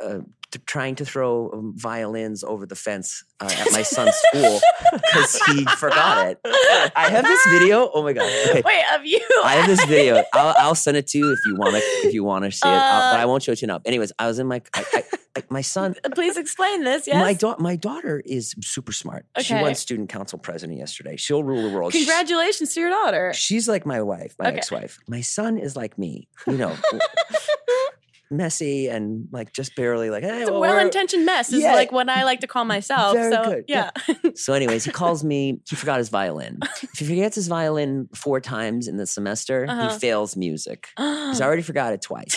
Speaker 4: uh, t- trying to throw um, violins over the fence uh, at my son's school because he forgot it.
Speaker 2: <laughs>
Speaker 4: I have this video. Oh my god! Okay.
Speaker 2: Wait, of you?
Speaker 4: I have this
Speaker 2: <laughs>
Speaker 4: video. I'll, I'll send it to you if you want to. If you want to see it, I'll, but
Speaker 2: Uh,
Speaker 4: I won't show it to you now. Anyways, I was in my I, I, I- my son.
Speaker 2: <laughs> Please explain this. Yes.
Speaker 4: My daughter. My daughter is super smart. She
Speaker 2: Okay.
Speaker 4: won student council president yesterday. She'll rule the world. She's-
Speaker 2: Congratulations to your daughter.
Speaker 4: She's like my wife, my
Speaker 2: Okay.
Speaker 4: ex-wife. My son is like me.
Speaker 2: <laughs>
Speaker 4: You know, messy and like just barely like. Hey,
Speaker 2: It's a
Speaker 4: well,
Speaker 2: well
Speaker 4: we're-"
Speaker 2: intentioned mess, is
Speaker 4: Yeah.
Speaker 2: like what I like to call myself.
Speaker 4: Very
Speaker 2: so,
Speaker 4: good.
Speaker 2: yeah.
Speaker 4: Yeah. So, anyways, he calls
Speaker 2: <laughs>
Speaker 4: me. He forgot his violin. If he forgets his violin four times in the semester,
Speaker 2: Uh-huh.
Speaker 4: he fails music.
Speaker 2: <gasps>
Speaker 4: He's already forgot it twice.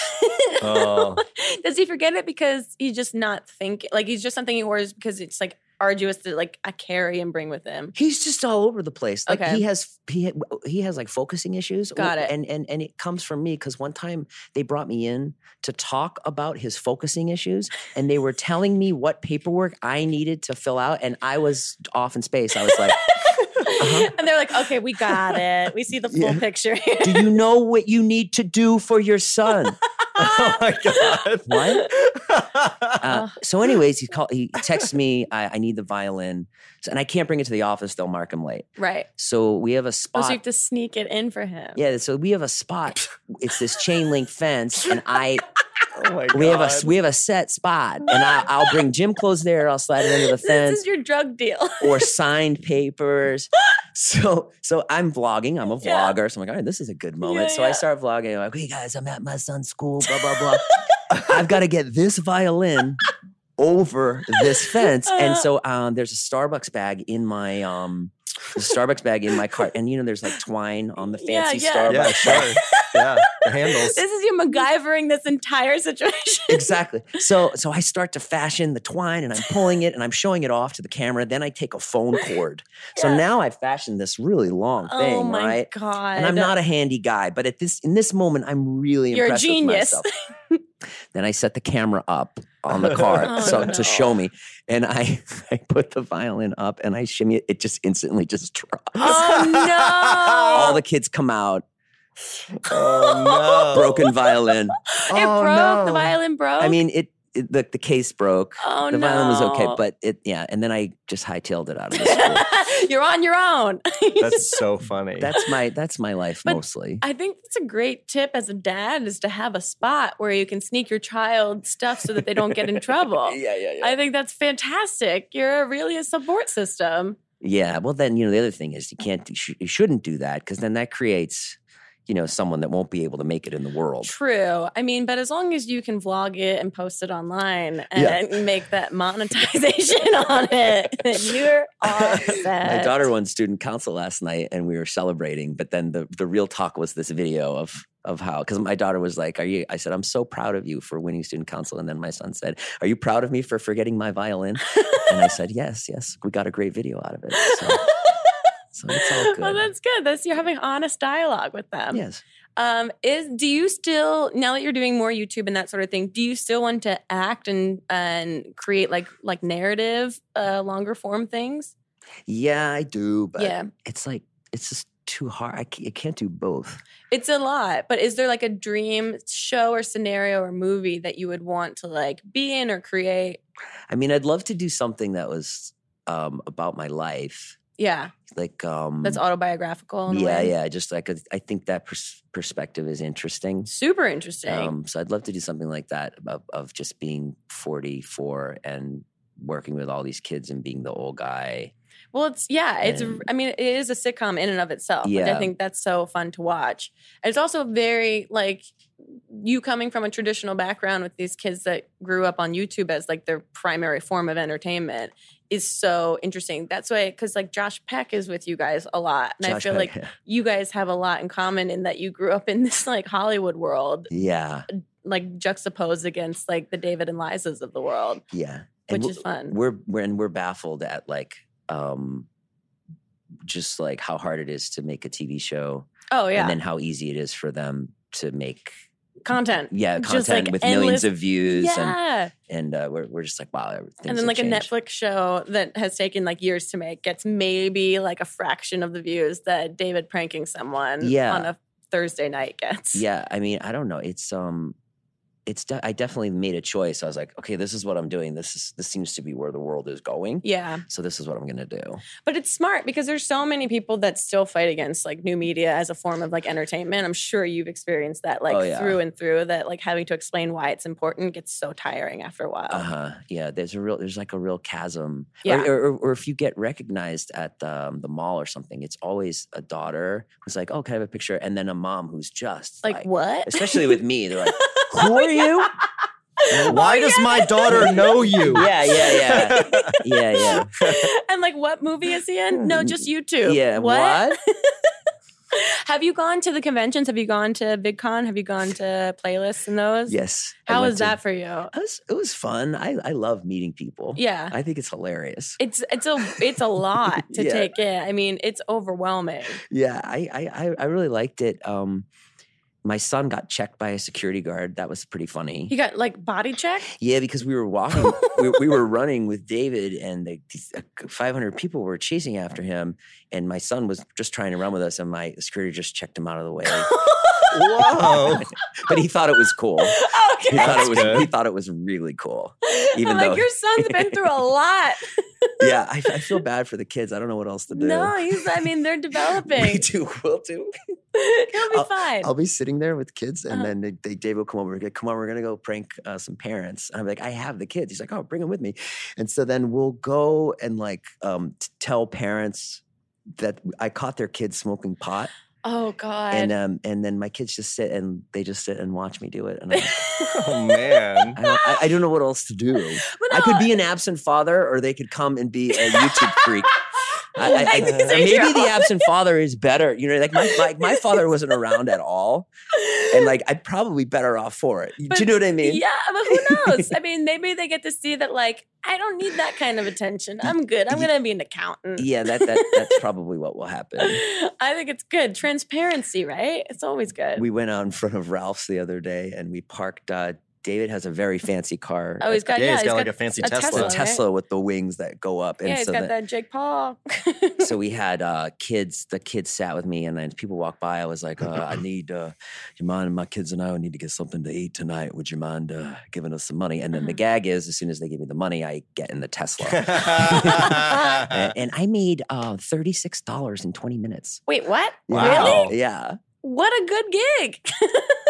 Speaker 1: Oh.
Speaker 2: <laughs> Does he forget it because he's just not thinking? Like, he's just something he orders because it's like arduous to like I carry and bring with him.
Speaker 4: He's just all over the place. Like
Speaker 2: Okay.
Speaker 4: he has he ha- he has like focusing issues.
Speaker 2: Got it.
Speaker 4: And and and it comes from me because one time they brought me in to talk about his focusing issues, and they were telling me what paperwork I needed to fill out, and I was off in space. I was like,
Speaker 2: <laughs> And they're like, okay, we got it. We see the full
Speaker 4: Uh-huh. Yeah. <laughs>
Speaker 2: picture.
Speaker 4: "Do you know what you need to do for your son?"
Speaker 1: <laughs> oh my god!
Speaker 4: What?
Speaker 1: <laughs> What?
Speaker 4: Uh, so, anyways, he called. He texts me. I, I need the violin, so, and I can't bring it to the office. They'll mark him late.
Speaker 2: <laughs> Right.
Speaker 4: So we have a
Speaker 2: Oh,
Speaker 4: spot.
Speaker 2: so you have to sneak it in for him.
Speaker 4: yeah. So we have a spot. it's this chain link fence, and I
Speaker 1: oh my god!
Speaker 4: we have a we have a set spot, and I, I'll bring gym clothes there. I'll slide it under
Speaker 2: <laughs>
Speaker 4: the
Speaker 2: This
Speaker 4: fence
Speaker 2: is your drug deal. <laughs>
Speaker 4: or signed papers. So so I'm vlogging. I'm a
Speaker 2: Yeah.
Speaker 4: vlogger. So I'm like, all right, this is a good moment.
Speaker 2: Yeah,
Speaker 4: so
Speaker 2: yeah.
Speaker 4: I start vlogging. I'm like, hey guys, I'm at my son's school. Blah blah blah.
Speaker 2: <laughs>
Speaker 4: I've got to get this violin over this fence.
Speaker 2: Uh-huh.
Speaker 4: And so um, there's a Starbucks bag in my um, there's a Starbucks bag in my cart, and you know there's like twine on the
Speaker 2: Yeah,
Speaker 4: fancy
Speaker 2: yeah.
Speaker 4: Starbucks.
Speaker 1: yeah, sure. yeah, the handles.
Speaker 2: this is you MacGyvering this entire situation.
Speaker 4: exactly. So so I start to fashion the twine and I'm pulling it and I'm showing it off to the camera. Then I take
Speaker 2: <laughs>
Speaker 4: a phone cord. So
Speaker 2: Yeah.
Speaker 4: now I've fashioned this really long
Speaker 2: <laughs>
Speaker 4: thing,
Speaker 2: oh my
Speaker 4: right?
Speaker 2: god!
Speaker 4: And I'm not a handy guy, but at this in this moment, I'm really
Speaker 2: You're a
Speaker 4: impressed
Speaker 2: genius.
Speaker 4: with myself. then I set the camera up on
Speaker 2: <laughs>
Speaker 4: the card
Speaker 2: Oh,
Speaker 4: so,
Speaker 2: no.
Speaker 4: to show me, and I <laughs> I put the violin up and I shimmy it. It just instantly just drops.
Speaker 2: Oh no!
Speaker 4: <laughs> All the kids
Speaker 2: <laughs>
Speaker 4: come out,
Speaker 1: oh no!
Speaker 4: broken violin.
Speaker 2: it
Speaker 1: Oh,
Speaker 2: broke. The
Speaker 1: no.
Speaker 2: violin broke.
Speaker 4: I mean, it, it the, the case broke.
Speaker 2: oh
Speaker 4: the
Speaker 2: no!
Speaker 4: violin was okay, but it yeah. And then I just hightailed
Speaker 2: <laughs>
Speaker 4: it out of the school.
Speaker 2: you're on your own.
Speaker 1: That's so funny.
Speaker 4: that's my that's my life
Speaker 2: But
Speaker 4: mostly.
Speaker 2: <laughs> I think that's a great tip as a dad is to have a spot where you can sneak your child stuff so that they don't get in trouble.
Speaker 4: <laughs> yeah, yeah,
Speaker 2: I think that's fantastic. You're really a support system.
Speaker 4: Yeah. Well, then you know the other thing is you can't you, sh- you shouldn't do that because then that creates you know someone that won't be able to make it in the world.
Speaker 2: True. I mean, but as long as you can vlog it and post it online and make that monetization <laughs> on it, then you're all set.
Speaker 4: My daughter won student council last night, and we were celebrating. But then the the real talk was this video of of how because my daughter was like, "Are you?" I said, "I'm so proud of you for winning student council." And then my son said, "Are you proud of me for forgetting my violin?" and I said, "Yes, yes, we got a great video out of it."
Speaker 2: <laughs>
Speaker 4: So, so it's all good.
Speaker 2: Well, Oh, that's good. That's you're having honest dialogue with them.
Speaker 4: yes.
Speaker 2: Um, is do you still now that you're doing more YouTube and that sort of thing? Do you still want to act and and create like like narrative, uh, longer form things?
Speaker 4: Yeah, I do, but
Speaker 2: yeah,
Speaker 4: it's like it's just too hard. I can't, I can't do both.
Speaker 2: it's a lot. But is there like a dream show or scenario or movie that you would want to like be in or create?
Speaker 4: I mean, I'd love to do something that was um, about my life,
Speaker 2: Yeah,
Speaker 4: like um,
Speaker 2: that's autobiographical. In a
Speaker 4: yeah,
Speaker 2: way.
Speaker 4: yeah. Just like a, I think that pers- perspective is interesting.
Speaker 2: super interesting.
Speaker 4: Um, so I'd love to do something like that of, of just being 44 and working with all these kids and being the old guy.
Speaker 2: Well, it's yeah, it's.
Speaker 4: And-
Speaker 2: I mean, it is a sitcom in and of itself. Like, I
Speaker 4: Yeah.
Speaker 2: think that's so fun to watch. And it's also very like you coming from a traditional background with these kids that grew up on YouTube as like their primary form of entertainment is so interesting. That's why because like Josh Peck is with you guys a lot, and I
Speaker 4: Josh
Speaker 2: feel
Speaker 4: Peck.
Speaker 2: like you guys have a lot in common in that you grew up in <laughs> this like Hollywood world,
Speaker 4: <laughs> yeah,
Speaker 2: like juxtaposed against like the David and Liza's of the world,
Speaker 4: yeah.
Speaker 2: which
Speaker 4: And
Speaker 2: is fun.
Speaker 4: we're we're and we're baffled at like um just like how hard it is to make a TV show
Speaker 2: Oh yeah,
Speaker 4: and then how easy it is for them to make
Speaker 2: content.
Speaker 4: yeah
Speaker 2: Just,
Speaker 4: content
Speaker 2: like,
Speaker 4: with
Speaker 2: endless-
Speaker 4: millions of views
Speaker 2: Yeah.
Speaker 4: and and uh, we're we're just like wow everything
Speaker 2: and then like a Netflix show that has taken like years to make gets maybe like a fraction of the views that David pranking someone
Speaker 4: Yeah.
Speaker 2: on a Thursday night gets.
Speaker 4: yeah I mean I don't know it's um it's de- I definitely made a choice I was like okay this is what I'm doing this is this seems to be where the world is going
Speaker 2: Yeah.
Speaker 4: so this is what I'm gonna do
Speaker 2: But it's smart because there's so many people that still fight against like new media as a form of like entertainment. I'm sure you've experienced that like
Speaker 4: Oh, yeah.
Speaker 2: through and through that like having to explain why it's important gets so tiring after a while.
Speaker 4: Uh huh. Yeah. There's a real. There's like a real chasm. Or-
Speaker 2: Um, Yeah.
Speaker 4: Or, or, or if you get recognized at the, um, the mall or something, it's always a daughter who's like, "Oh, can I have a picture?" And then a mom who's just
Speaker 2: Like, what?
Speaker 4: especially with me, they're like, "Who are you?"
Speaker 1: Why does my daughter know you?
Speaker 4: <laughs> yeah, yeah,
Speaker 2: <laughs>
Speaker 4: yeah, yeah,
Speaker 2: <laughs> and like what movie is he in? No, just
Speaker 4: yeah.
Speaker 2: YouTube.
Speaker 4: <laughs> Yeah.
Speaker 2: <laughs> Have you gone to the conventions? Have you gone to VidCon? Have you gone to playlists and those?
Speaker 4: Yes. I
Speaker 2: How
Speaker 4: went
Speaker 2: was
Speaker 4: to-
Speaker 2: that for you?
Speaker 4: It was, it was fun. I I love meeting people.
Speaker 2: Yeah.
Speaker 4: I think it's hilarious.
Speaker 2: It's it's a it's a
Speaker 4: <laughs>
Speaker 2: lot to
Speaker 4: Yeah.
Speaker 2: take in. I mean, it's overwhelming.
Speaker 4: Yeah, I I I- I really liked it. Um, my son got checked by a security guard. That was pretty funny.
Speaker 2: You got like body check.
Speaker 4: <laughs>
Speaker 2: <laughs>
Speaker 4: Yeah, because we were
Speaker 1: <laughs>
Speaker 4: walking, we, we were running with David, and the, these uh, 500 people were chasing after him. And my son was just trying to run with us, and my security just checked him out of the way.
Speaker 1: Whoa.
Speaker 4: <laughs> but he thought it was cool. He
Speaker 2: okay. <laughs>
Speaker 4: thought it
Speaker 1: That's
Speaker 4: was
Speaker 1: good.
Speaker 4: he thought it was really cool. even
Speaker 2: I'm like,
Speaker 4: though-
Speaker 2: your son's been through a
Speaker 4: <laughs>
Speaker 2: lot.
Speaker 4: Yeah, I, I feel bad for the kids. I don't know what else to do.
Speaker 2: no, he's, I mean, they're
Speaker 4: <laughs> we
Speaker 2: developing.
Speaker 4: do. We'll do.
Speaker 2: <laughs> He'll be fine.
Speaker 4: I'll be sitting there with kids, and
Speaker 2: Uh-huh.
Speaker 4: then they, they, Dave will come over. Like, come on, we're gonna go prank uh, some parents. And I'm like, I have the kids. He's like, oh, bring them with me. And so then we'll go and like um, t- tell parents that I caught their kids smoking pot,
Speaker 2: oh, God.
Speaker 4: and um, and then my kids just sit and they just sit and watch me do it.
Speaker 2: <laughs>
Speaker 4: And I'm,
Speaker 1: Oh, man.
Speaker 4: I, don't, I, I don't know what else to do.
Speaker 2: But
Speaker 4: <laughs> I could
Speaker 2: no,
Speaker 4: be an absent father, or they could come and be a YouTube freak.
Speaker 2: <laughs>
Speaker 4: I, I, I,
Speaker 2: Like, 'cause
Speaker 4: maybe
Speaker 2: you're
Speaker 4: the
Speaker 2: all- <laughs>
Speaker 4: absent father is better. You know, like my, my, my father wasn't around at all.
Speaker 2: <laughs>
Speaker 4: And like, I'm probably better off for it.
Speaker 2: But-
Speaker 4: Do you know what I mean?
Speaker 2: Yeah, but who knows? I mean, maybe they get to see that, like, I don't need that kind of
Speaker 4: <laughs>
Speaker 2: attention. I'm good. I'm
Speaker 4: Ye-
Speaker 2: going to be an accountant.
Speaker 4: Yeah, that, that
Speaker 2: <laughs>
Speaker 4: that's probably what will happen.
Speaker 2: I think it's good. Transparency, right? It's always good.
Speaker 4: We went out in front of Ralph's the other day and we parked. Uh, David has a very fancy car.
Speaker 2: oh, he's got,
Speaker 1: yeah,
Speaker 2: yeah,
Speaker 1: he's got, like a fancy
Speaker 2: a
Speaker 1: Tesla.
Speaker 4: it's a
Speaker 2: right?
Speaker 4: Tesla with the wings that go up. And
Speaker 2: yeah, he's
Speaker 4: so
Speaker 2: got
Speaker 4: that-
Speaker 2: that Jake Paul. <laughs>
Speaker 4: so we had uh, kids. The kids sat with me, and then people walked by. I was like, uh, "I need, uh, you mind? My kids and I need to get something to eat tonight. Would you mind uh, giving us some money?" And then the
Speaker 2: Uh-huh.
Speaker 4: gag is, as soon as they give me the money, I get in the Tesla,
Speaker 2: <laughs>
Speaker 4: A-
Speaker 1: Wow.
Speaker 4: <laughs>
Speaker 1: <laughs>
Speaker 4: and, I made uh, thirty six dollars in twenty minutes.
Speaker 2: Wait, what?
Speaker 4: Yeah. Yeah,
Speaker 2: What a good
Speaker 1: <laughs>
Speaker 2: gig.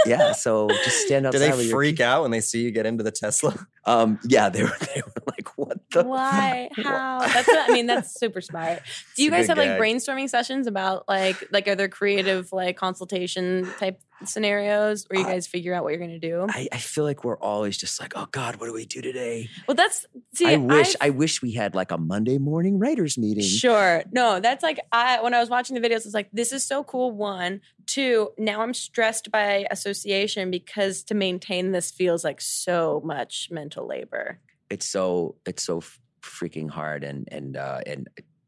Speaker 4: yeah. So just stand
Speaker 1: Do
Speaker 4: outside.
Speaker 1: they
Speaker 4: with your-
Speaker 1: freak out when they see you get into the Tesla?
Speaker 4: Um, yeah, they were. <laughs> They were like, "What
Speaker 1: <laughs>
Speaker 4: the?
Speaker 2: Why?
Speaker 4: fuck?"
Speaker 2: How? That's what, I mean, that's super smart. Do you
Speaker 1: a
Speaker 2: guys
Speaker 1: good
Speaker 2: have like
Speaker 1: gag.
Speaker 2: brainstorming sessions about like like are there creative like consultation type scenarios where you
Speaker 4: Uh,
Speaker 2: guys figure out what you're gonna do?
Speaker 4: I, I feel like we're always just like, "Oh God, what do we do today?"
Speaker 2: Well, that's see,
Speaker 4: I wish. I wish we had like a Monday morning writers meeting.
Speaker 2: Sure. No, that's like I when I was watching the videos, I was like, this is so cool. One, two, now I'm stressed by association because to maintain this feels like so much mental labor.
Speaker 4: it's so it's so f- freaking hard and and uh and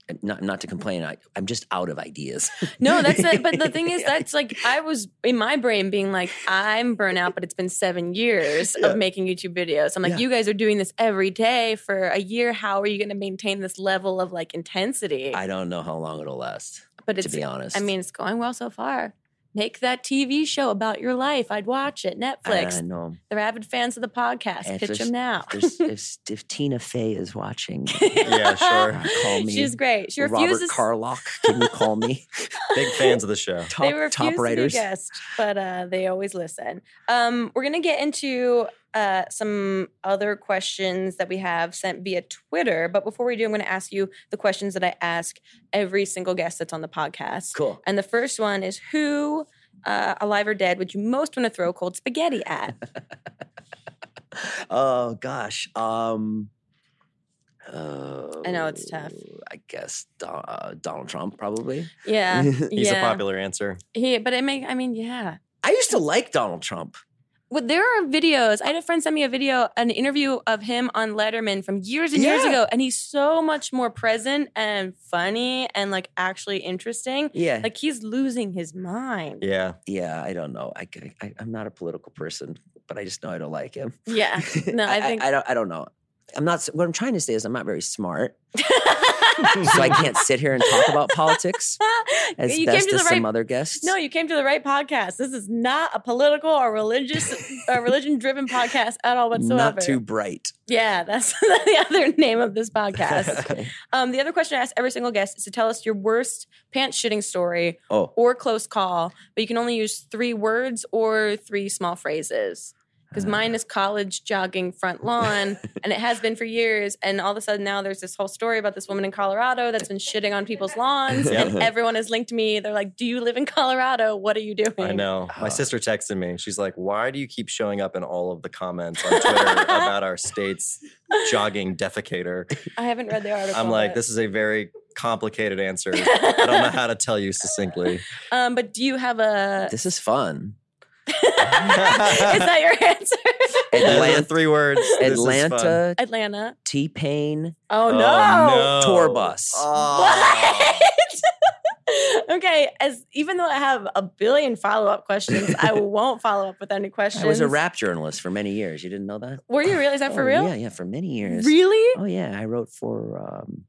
Speaker 4: and not not to complain I, i'm just out of ideas <laughs>
Speaker 2: No, that's it. But the thing is, that's like I was in my brain being like, I'm burnout, but it's been seven years
Speaker 4: Yeah.
Speaker 2: of making YouTube videos. I'm like,
Speaker 4: Yeah.
Speaker 2: you guys are doing this every day for a year. How are you going to maintain this level of like intensity?
Speaker 4: i don't know how long it'll last
Speaker 2: but
Speaker 4: to
Speaker 2: it's,
Speaker 4: be honest
Speaker 2: I mean, it's going well so far. Make that TV show about your life. I'd watch it.
Speaker 4: I-
Speaker 2: Netflix.
Speaker 4: I
Speaker 2: <laughs>
Speaker 4: know.
Speaker 2: They're avid fans of the podcast.
Speaker 4: And if
Speaker 2: Pitch
Speaker 4: there's-
Speaker 2: them now.
Speaker 4: There's, if, if Tina Fey is
Speaker 2: <laughs>
Speaker 4: watching,
Speaker 1: Yeah, sure.
Speaker 4: uh, call me.
Speaker 2: She's great. She refuses. <laughs>
Speaker 4: Robert Carlock, can you call me?
Speaker 1: Big fans of the show.
Speaker 4: top
Speaker 2: they refuse
Speaker 4: top
Speaker 2: to be
Speaker 4: writers.
Speaker 2: guessed, but uh, they always listen. Um, we're gonna get into uh, some other questions that we have sent via Twitter, but before we do, I'm gonna ask you the questions that I ask every single guest that's on the podcast.
Speaker 4: Cool.
Speaker 2: And the first one is who, uh, alive or dead, would you most want to throw cold spaghetti
Speaker 4: <laughs>
Speaker 2: at?
Speaker 4: Oh gosh. Um, uh,
Speaker 2: I know it's tough.
Speaker 4: I guess Don- uh, Donald Trump probably.
Speaker 2: Yeah,
Speaker 1: He's
Speaker 2: yeah.
Speaker 1: a popular answer.
Speaker 2: He, but it make. I mean, yeah.
Speaker 4: I used to like Donald Trump.
Speaker 2: Well, there are videos. I had a friend send me a video, an interview of him on Letterman from years and years
Speaker 4: Yeah.
Speaker 2: ago, and he's so much more present and funny and like actually interesting.
Speaker 4: Yeah.
Speaker 2: Like he's losing his mind.
Speaker 1: Yeah.
Speaker 4: yeah, I don't know. I, c- I am not a political person, but I just know I don't like him.
Speaker 2: Yeah. Uh,
Speaker 4: <laughs>
Speaker 2: <laughs> No, I think-
Speaker 4: I, don't. I don't know. I'm not. s- What I'm trying to say is I'm not very smart, so I
Speaker 2: <laughs>
Speaker 4: can't sit here and talk about politics as
Speaker 2: you came
Speaker 4: best
Speaker 2: to
Speaker 4: as
Speaker 2: the right.
Speaker 4: some other guests.
Speaker 2: no, you came to the right podcast. This is not a political or religious,
Speaker 4: <laughs>
Speaker 2: or religion-driven podcast at all whatsoever.
Speaker 4: not too bright.
Speaker 2: Yeah, that's <laughs> the other name of
Speaker 4: <laughs>
Speaker 2: this podcast.
Speaker 4: Okay.
Speaker 2: um, the other question I ask every single guest is to tell us your worst pants shitting story
Speaker 4: Oh,
Speaker 2: or close call, but you can only use three words or three small phrases. Because
Speaker 1: Ah.
Speaker 4: Uh.
Speaker 2: mine is college jogging
Speaker 1: <laughs>
Speaker 2: front lawn, and it has been for years. And all of a sudden now there's this whole story about this woman in Colorado that's been shitting on
Speaker 1: <laughs>
Speaker 2: people's lawns, and
Speaker 4: Yeah.
Speaker 2: everyone has linked me. They're like, "Do you live in Colorado? What are you doing?"
Speaker 1: I know. My
Speaker 2: Ah.
Speaker 4: Uh.
Speaker 1: sister texted me. She's like, "Why do you keep showing up in all of the comments on Twitter
Speaker 2: <laughs>
Speaker 1: about our state's jogging defecator?"
Speaker 2: I haven't read the article.
Speaker 1: I'm like,
Speaker 2: but-
Speaker 1: "This is a very complicated
Speaker 2: <laughs>
Speaker 1: answer. I don't know how to tell you succinctly."
Speaker 2: Um, but do you
Speaker 1: <laughs>
Speaker 2: have a? <laughs>
Speaker 4: this is fun.
Speaker 2: is that your answer?
Speaker 1: Those are
Speaker 4: Atlanta,
Speaker 1: three words. This is fun.
Speaker 4: Atlanta,
Speaker 2: Atlanta.
Speaker 4: T Pain,
Speaker 2: Oh,
Speaker 1: Oh,
Speaker 2: no!
Speaker 4: tour bus.
Speaker 1: Oh.
Speaker 2: What? okay, as even though I have a billion follow up questions,
Speaker 4: <laughs>
Speaker 2: I won't follow up with any questions.
Speaker 4: I was a rap journalist for many years. You didn't know that?
Speaker 2: Were you really? Is that for
Speaker 4: Oh,
Speaker 2: real?
Speaker 4: Yeah, yeah, for many years.
Speaker 2: Really?
Speaker 4: Oh yeah, I wrote for um,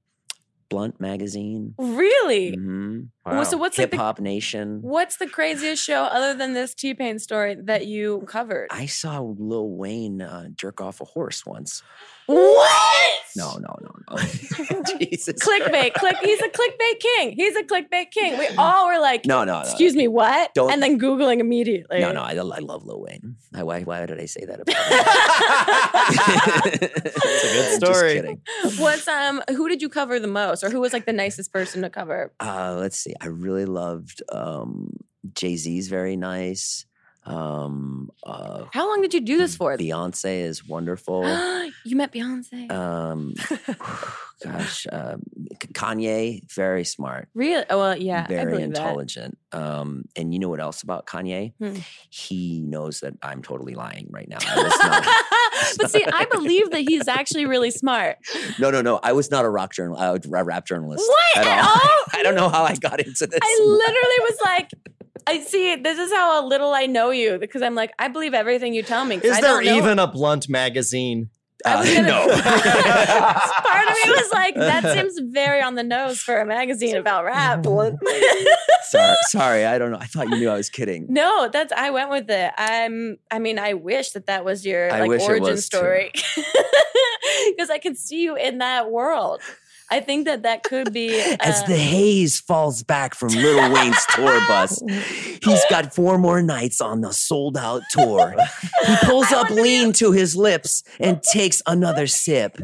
Speaker 4: Blunt magazine.
Speaker 2: Really?
Speaker 4: Mhm.
Speaker 2: Well, so what's like
Speaker 4: Hip
Speaker 2: the
Speaker 4: Hop Nation.
Speaker 2: What's the craziest show other than this T Pain story that you covered?
Speaker 4: I saw Lil Wayne uh, jerk off a horse once.
Speaker 2: what?
Speaker 4: No, no, no,
Speaker 2: <laughs>
Speaker 4: <laughs> no. Jesus.
Speaker 2: Clickbait. Click. He's a clickbait king. He's a clickbait king. We all were like,
Speaker 4: No, no, no.
Speaker 2: excuse me, what?
Speaker 4: Don't-
Speaker 2: and then Googling immediately.
Speaker 4: No, <laughs>
Speaker 2: <laughs>
Speaker 4: no, I, I love Lil Wayne. I, why, why did I say that about <laughs> him?
Speaker 1: It's a good
Speaker 4: Just
Speaker 1: story.
Speaker 4: kidding.
Speaker 2: What's um? Who did you cover the most, or who was like the nicest person to cover?
Speaker 4: Uh, let's see. I really loved um, Jay Z's very nice. Um, uh,
Speaker 2: How long did you do this for?
Speaker 4: Beyonce
Speaker 2: <gasps>
Speaker 4: is wonderful.
Speaker 2: you met Beyonce. <laughs>
Speaker 4: um, gosh, um, K- Kanye, very smart.
Speaker 2: really? Oh, well, yeah. I
Speaker 4: very
Speaker 2: believe that. <laughs>
Speaker 4: intelligent. Um, and you know what else about Kanye?
Speaker 2: Hmm.
Speaker 4: He knows that I'm totally lying right now. I was not-
Speaker 2: but see, I believe that he's actually really smart. <laughs>
Speaker 4: no, no, no. I was not a rock journal, uh, a rap journalist.
Speaker 2: What at all?
Speaker 4: <laughs> I don't know how I got into this.
Speaker 2: I literally was like, I see. This is how little I know you because I'm like, I believe everything you tell me. 'cause
Speaker 1: Is
Speaker 2: I
Speaker 1: there
Speaker 2: don't know-
Speaker 1: even a blunt magazine?
Speaker 4: Uh,
Speaker 2: I was gonna- <laughs>
Speaker 4: <laughs>
Speaker 1: no.
Speaker 2: Part of me was like, that seems very on the nose for a magazine about rap. <laughs>
Speaker 4: sorry, sorry, I don't know. I thought you knew I was kidding.
Speaker 2: no, that's I went with it. I'm. I mean, I wish that that was your
Speaker 4: I
Speaker 2: like
Speaker 4: wish it
Speaker 2: origin
Speaker 4: was, too.
Speaker 2: story <laughs> because I could see you in that world. I think that that could be
Speaker 4: <laughs> As
Speaker 2: uh,
Speaker 4: the haze falls back from Little Wayne's tour bus, he's got four more nights on the sold out tour. He pulls up lean to his lips and takes another sip.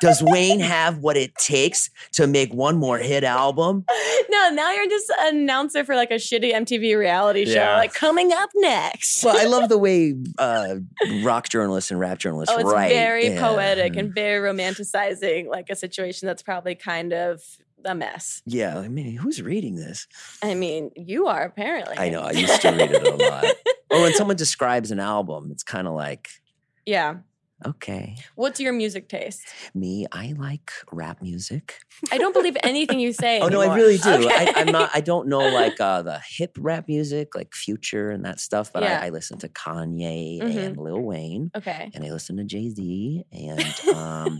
Speaker 4: Does Wayne have what it takes to make one more hit album?
Speaker 2: <laughs> No, now you're just an announcer for like a shitty MTV reality show.
Speaker 1: Yeah.
Speaker 2: Like coming up next.
Speaker 4: Well, I love the way uh, rock journalists and rap journalists
Speaker 2: <laughs> oh, it's
Speaker 4: write.
Speaker 2: very
Speaker 4: and-
Speaker 2: poetic and very romanticizing, like a situation that's probably kind of a mess.
Speaker 4: yeah, I mean, who's reading this?
Speaker 2: I mean, you are apparently.
Speaker 4: I know. I used to read it a lot. Or when someone describes an album, it's kind of like,
Speaker 2: <laughs> yeah.
Speaker 4: okay,
Speaker 2: What's your music taste?
Speaker 4: me, I like rap music.
Speaker 2: I don't believe anything you say.
Speaker 4: <laughs> Oh no, I
Speaker 2: anymore.
Speaker 4: really do. I,
Speaker 2: Okay.
Speaker 4: I'm not. I don't <laughs> know like uh, the hip rap music, like Future and that stuff. But
Speaker 2: Yeah.
Speaker 4: I, I listen to Kanye
Speaker 2: Mhm.
Speaker 4: and Lil Wayne,
Speaker 2: Okay.
Speaker 4: and I listen to Jay Z, and <laughs> um,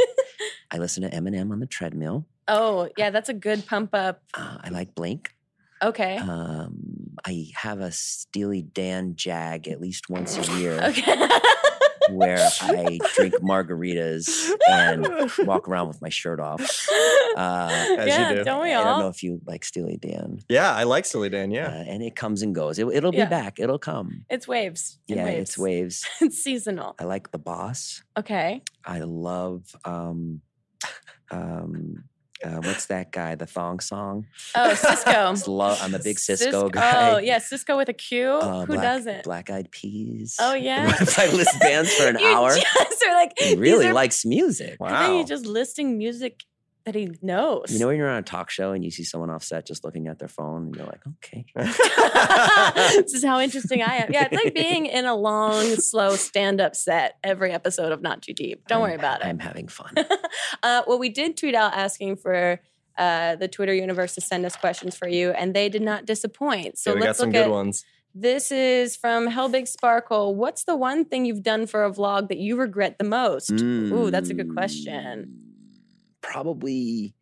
Speaker 4: I listen to Eminem on the treadmill.
Speaker 2: Oh, yeah, that's a good pump up.
Speaker 4: Uh, I like Blink.
Speaker 2: Okay.
Speaker 4: Um, I have a Steely Dan jag at least once a year,
Speaker 2: Okay. <laughs>
Speaker 4: Uh, <laughs> where I drink margaritas and walk around with my shirt off. <laughs> Uh,
Speaker 1: As you
Speaker 2: yeah,
Speaker 1: do.
Speaker 2: not we
Speaker 4: I don't know
Speaker 2: all?
Speaker 4: if you like Steely Dan.
Speaker 1: Yeah, I like Silly Dan.
Speaker 4: Uh,
Speaker 1: Yeah.
Speaker 4: and it comes and goes. It, it'll be
Speaker 2: Yeah.
Speaker 4: back. It'll come.
Speaker 2: It's waves. It
Speaker 4: yeah,
Speaker 2: waves.
Speaker 4: it's waves.
Speaker 2: <laughs> it's seasonal.
Speaker 4: I like the boss.
Speaker 2: Okay.
Speaker 4: I love um um uh, what's that guy? The thong song. <laughs>
Speaker 2: Oh, Cisco.
Speaker 4: Just lo- I'm
Speaker 2: <laughs>
Speaker 4: a big Cisco,
Speaker 2: Cisco-
Speaker 4: guy.
Speaker 2: Oh, yeah, Cisco with a Q.
Speaker 4: <laughs> Uh,
Speaker 2: Who
Speaker 4: black,
Speaker 2: doesn't?
Speaker 4: Black Eyed Peas. <laughs>
Speaker 2: Oh yeah.
Speaker 4: I list bands for an
Speaker 2: <laughs> you
Speaker 4: hour.
Speaker 2: Just are like
Speaker 4: He
Speaker 2: these
Speaker 4: really
Speaker 2: are- <laughs>
Speaker 4: likes music.
Speaker 1: Wow.
Speaker 2: I think he's just listing music that he knows. <laughs>
Speaker 4: You know when you're on a talk show and you see someone off set just looking at their phone and you're like, okay.
Speaker 2: this is how interesting I am. Yeah, it's like being in a long, slow stand-up set every episode of Not Too Deep. Don't
Speaker 4: I'm-
Speaker 2: worry about it.
Speaker 4: I'm having fun.
Speaker 2: uh, well, we did tweet out asking for uh, the Twitter universe to send us questions for you, and they did not disappoint. So
Speaker 1: yeah, we got
Speaker 2: let's
Speaker 1: some
Speaker 2: look
Speaker 1: good
Speaker 2: at
Speaker 1: ones.
Speaker 2: This is from Hellbig Sparkle. What's the one thing you've done for a vlog that you regret the most?
Speaker 1: Mm.
Speaker 2: Ooh, that's a good question.
Speaker 4: Mm, Probably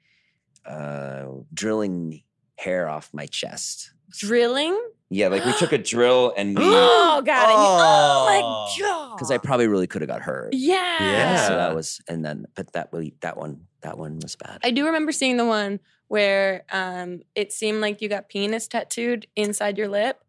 Speaker 4: uh, drilling hair off my chest.
Speaker 1: <gasps>
Speaker 2: Drilling?
Speaker 4: Yeah, like we
Speaker 2: <gasps>
Speaker 4: took a drill and we
Speaker 2: Oh god. Oh,
Speaker 1: Oh.
Speaker 2: my god.
Speaker 4: because I probably really could have got hurt.
Speaker 2: Yeah.
Speaker 1: Yeah.
Speaker 4: So that was and then but that we that one that one was bad.
Speaker 2: I do remember seeing the one where um it seemed like you got penis tattooed inside your lip.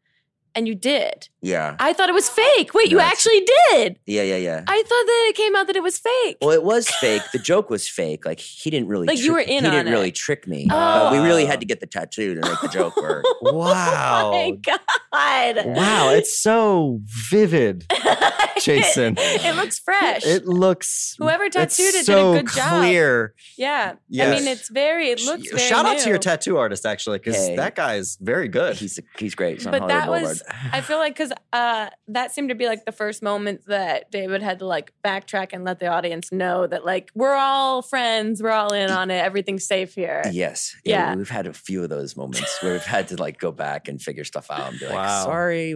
Speaker 2: And you did.
Speaker 4: yeah.
Speaker 2: I thought it was fake. Wait, you
Speaker 4: No, it's-
Speaker 2: actually did.
Speaker 4: Yeah, yeah, yeah.
Speaker 2: I thought that it came out that it was fake.
Speaker 4: well, it was fake. The joke was fake. Like he didn't really
Speaker 2: Like, you were
Speaker 4: trick-
Speaker 2: in
Speaker 4: He
Speaker 2: on
Speaker 4: didn't
Speaker 2: it.
Speaker 4: really trick me.
Speaker 2: Oh.
Speaker 4: But Uh, we really had to get the tattoo to make the
Speaker 2: <laughs>
Speaker 4: joke work.
Speaker 1: Wow.
Speaker 2: Oh my god.
Speaker 1: Wow,
Speaker 2: <laughs>
Speaker 1: it's so vivid, Jason.
Speaker 2: It, looks fresh.
Speaker 1: It looks
Speaker 2: Whoever
Speaker 1: it's
Speaker 2: tattooed it did a
Speaker 1: so
Speaker 2: good job.
Speaker 1: clear.
Speaker 2: Yeah. I
Speaker 1: Yes.
Speaker 2: mean, it's very, it looks
Speaker 1: Sh-
Speaker 2: very
Speaker 1: Shout out to your
Speaker 2: new.
Speaker 1: tattoo artist, actually, because
Speaker 4: Hey.
Speaker 1: that guy is very good.
Speaker 2: <laughs>
Speaker 4: he's he's great. He's on
Speaker 2: But
Speaker 4: Hollywood
Speaker 2: that
Speaker 4: Boulevard.
Speaker 2: was- I feel like because uh, that seemed to be like the first moment that David had to like backtrack and let the audience know that like we're all friends, we're all in on it, everything's safe here.
Speaker 4: Yes.
Speaker 2: Yeah.
Speaker 4: We've had a few of those moments where we've had to like go back and figure stuff out and be like,
Speaker 1: Wow.
Speaker 4: sorry,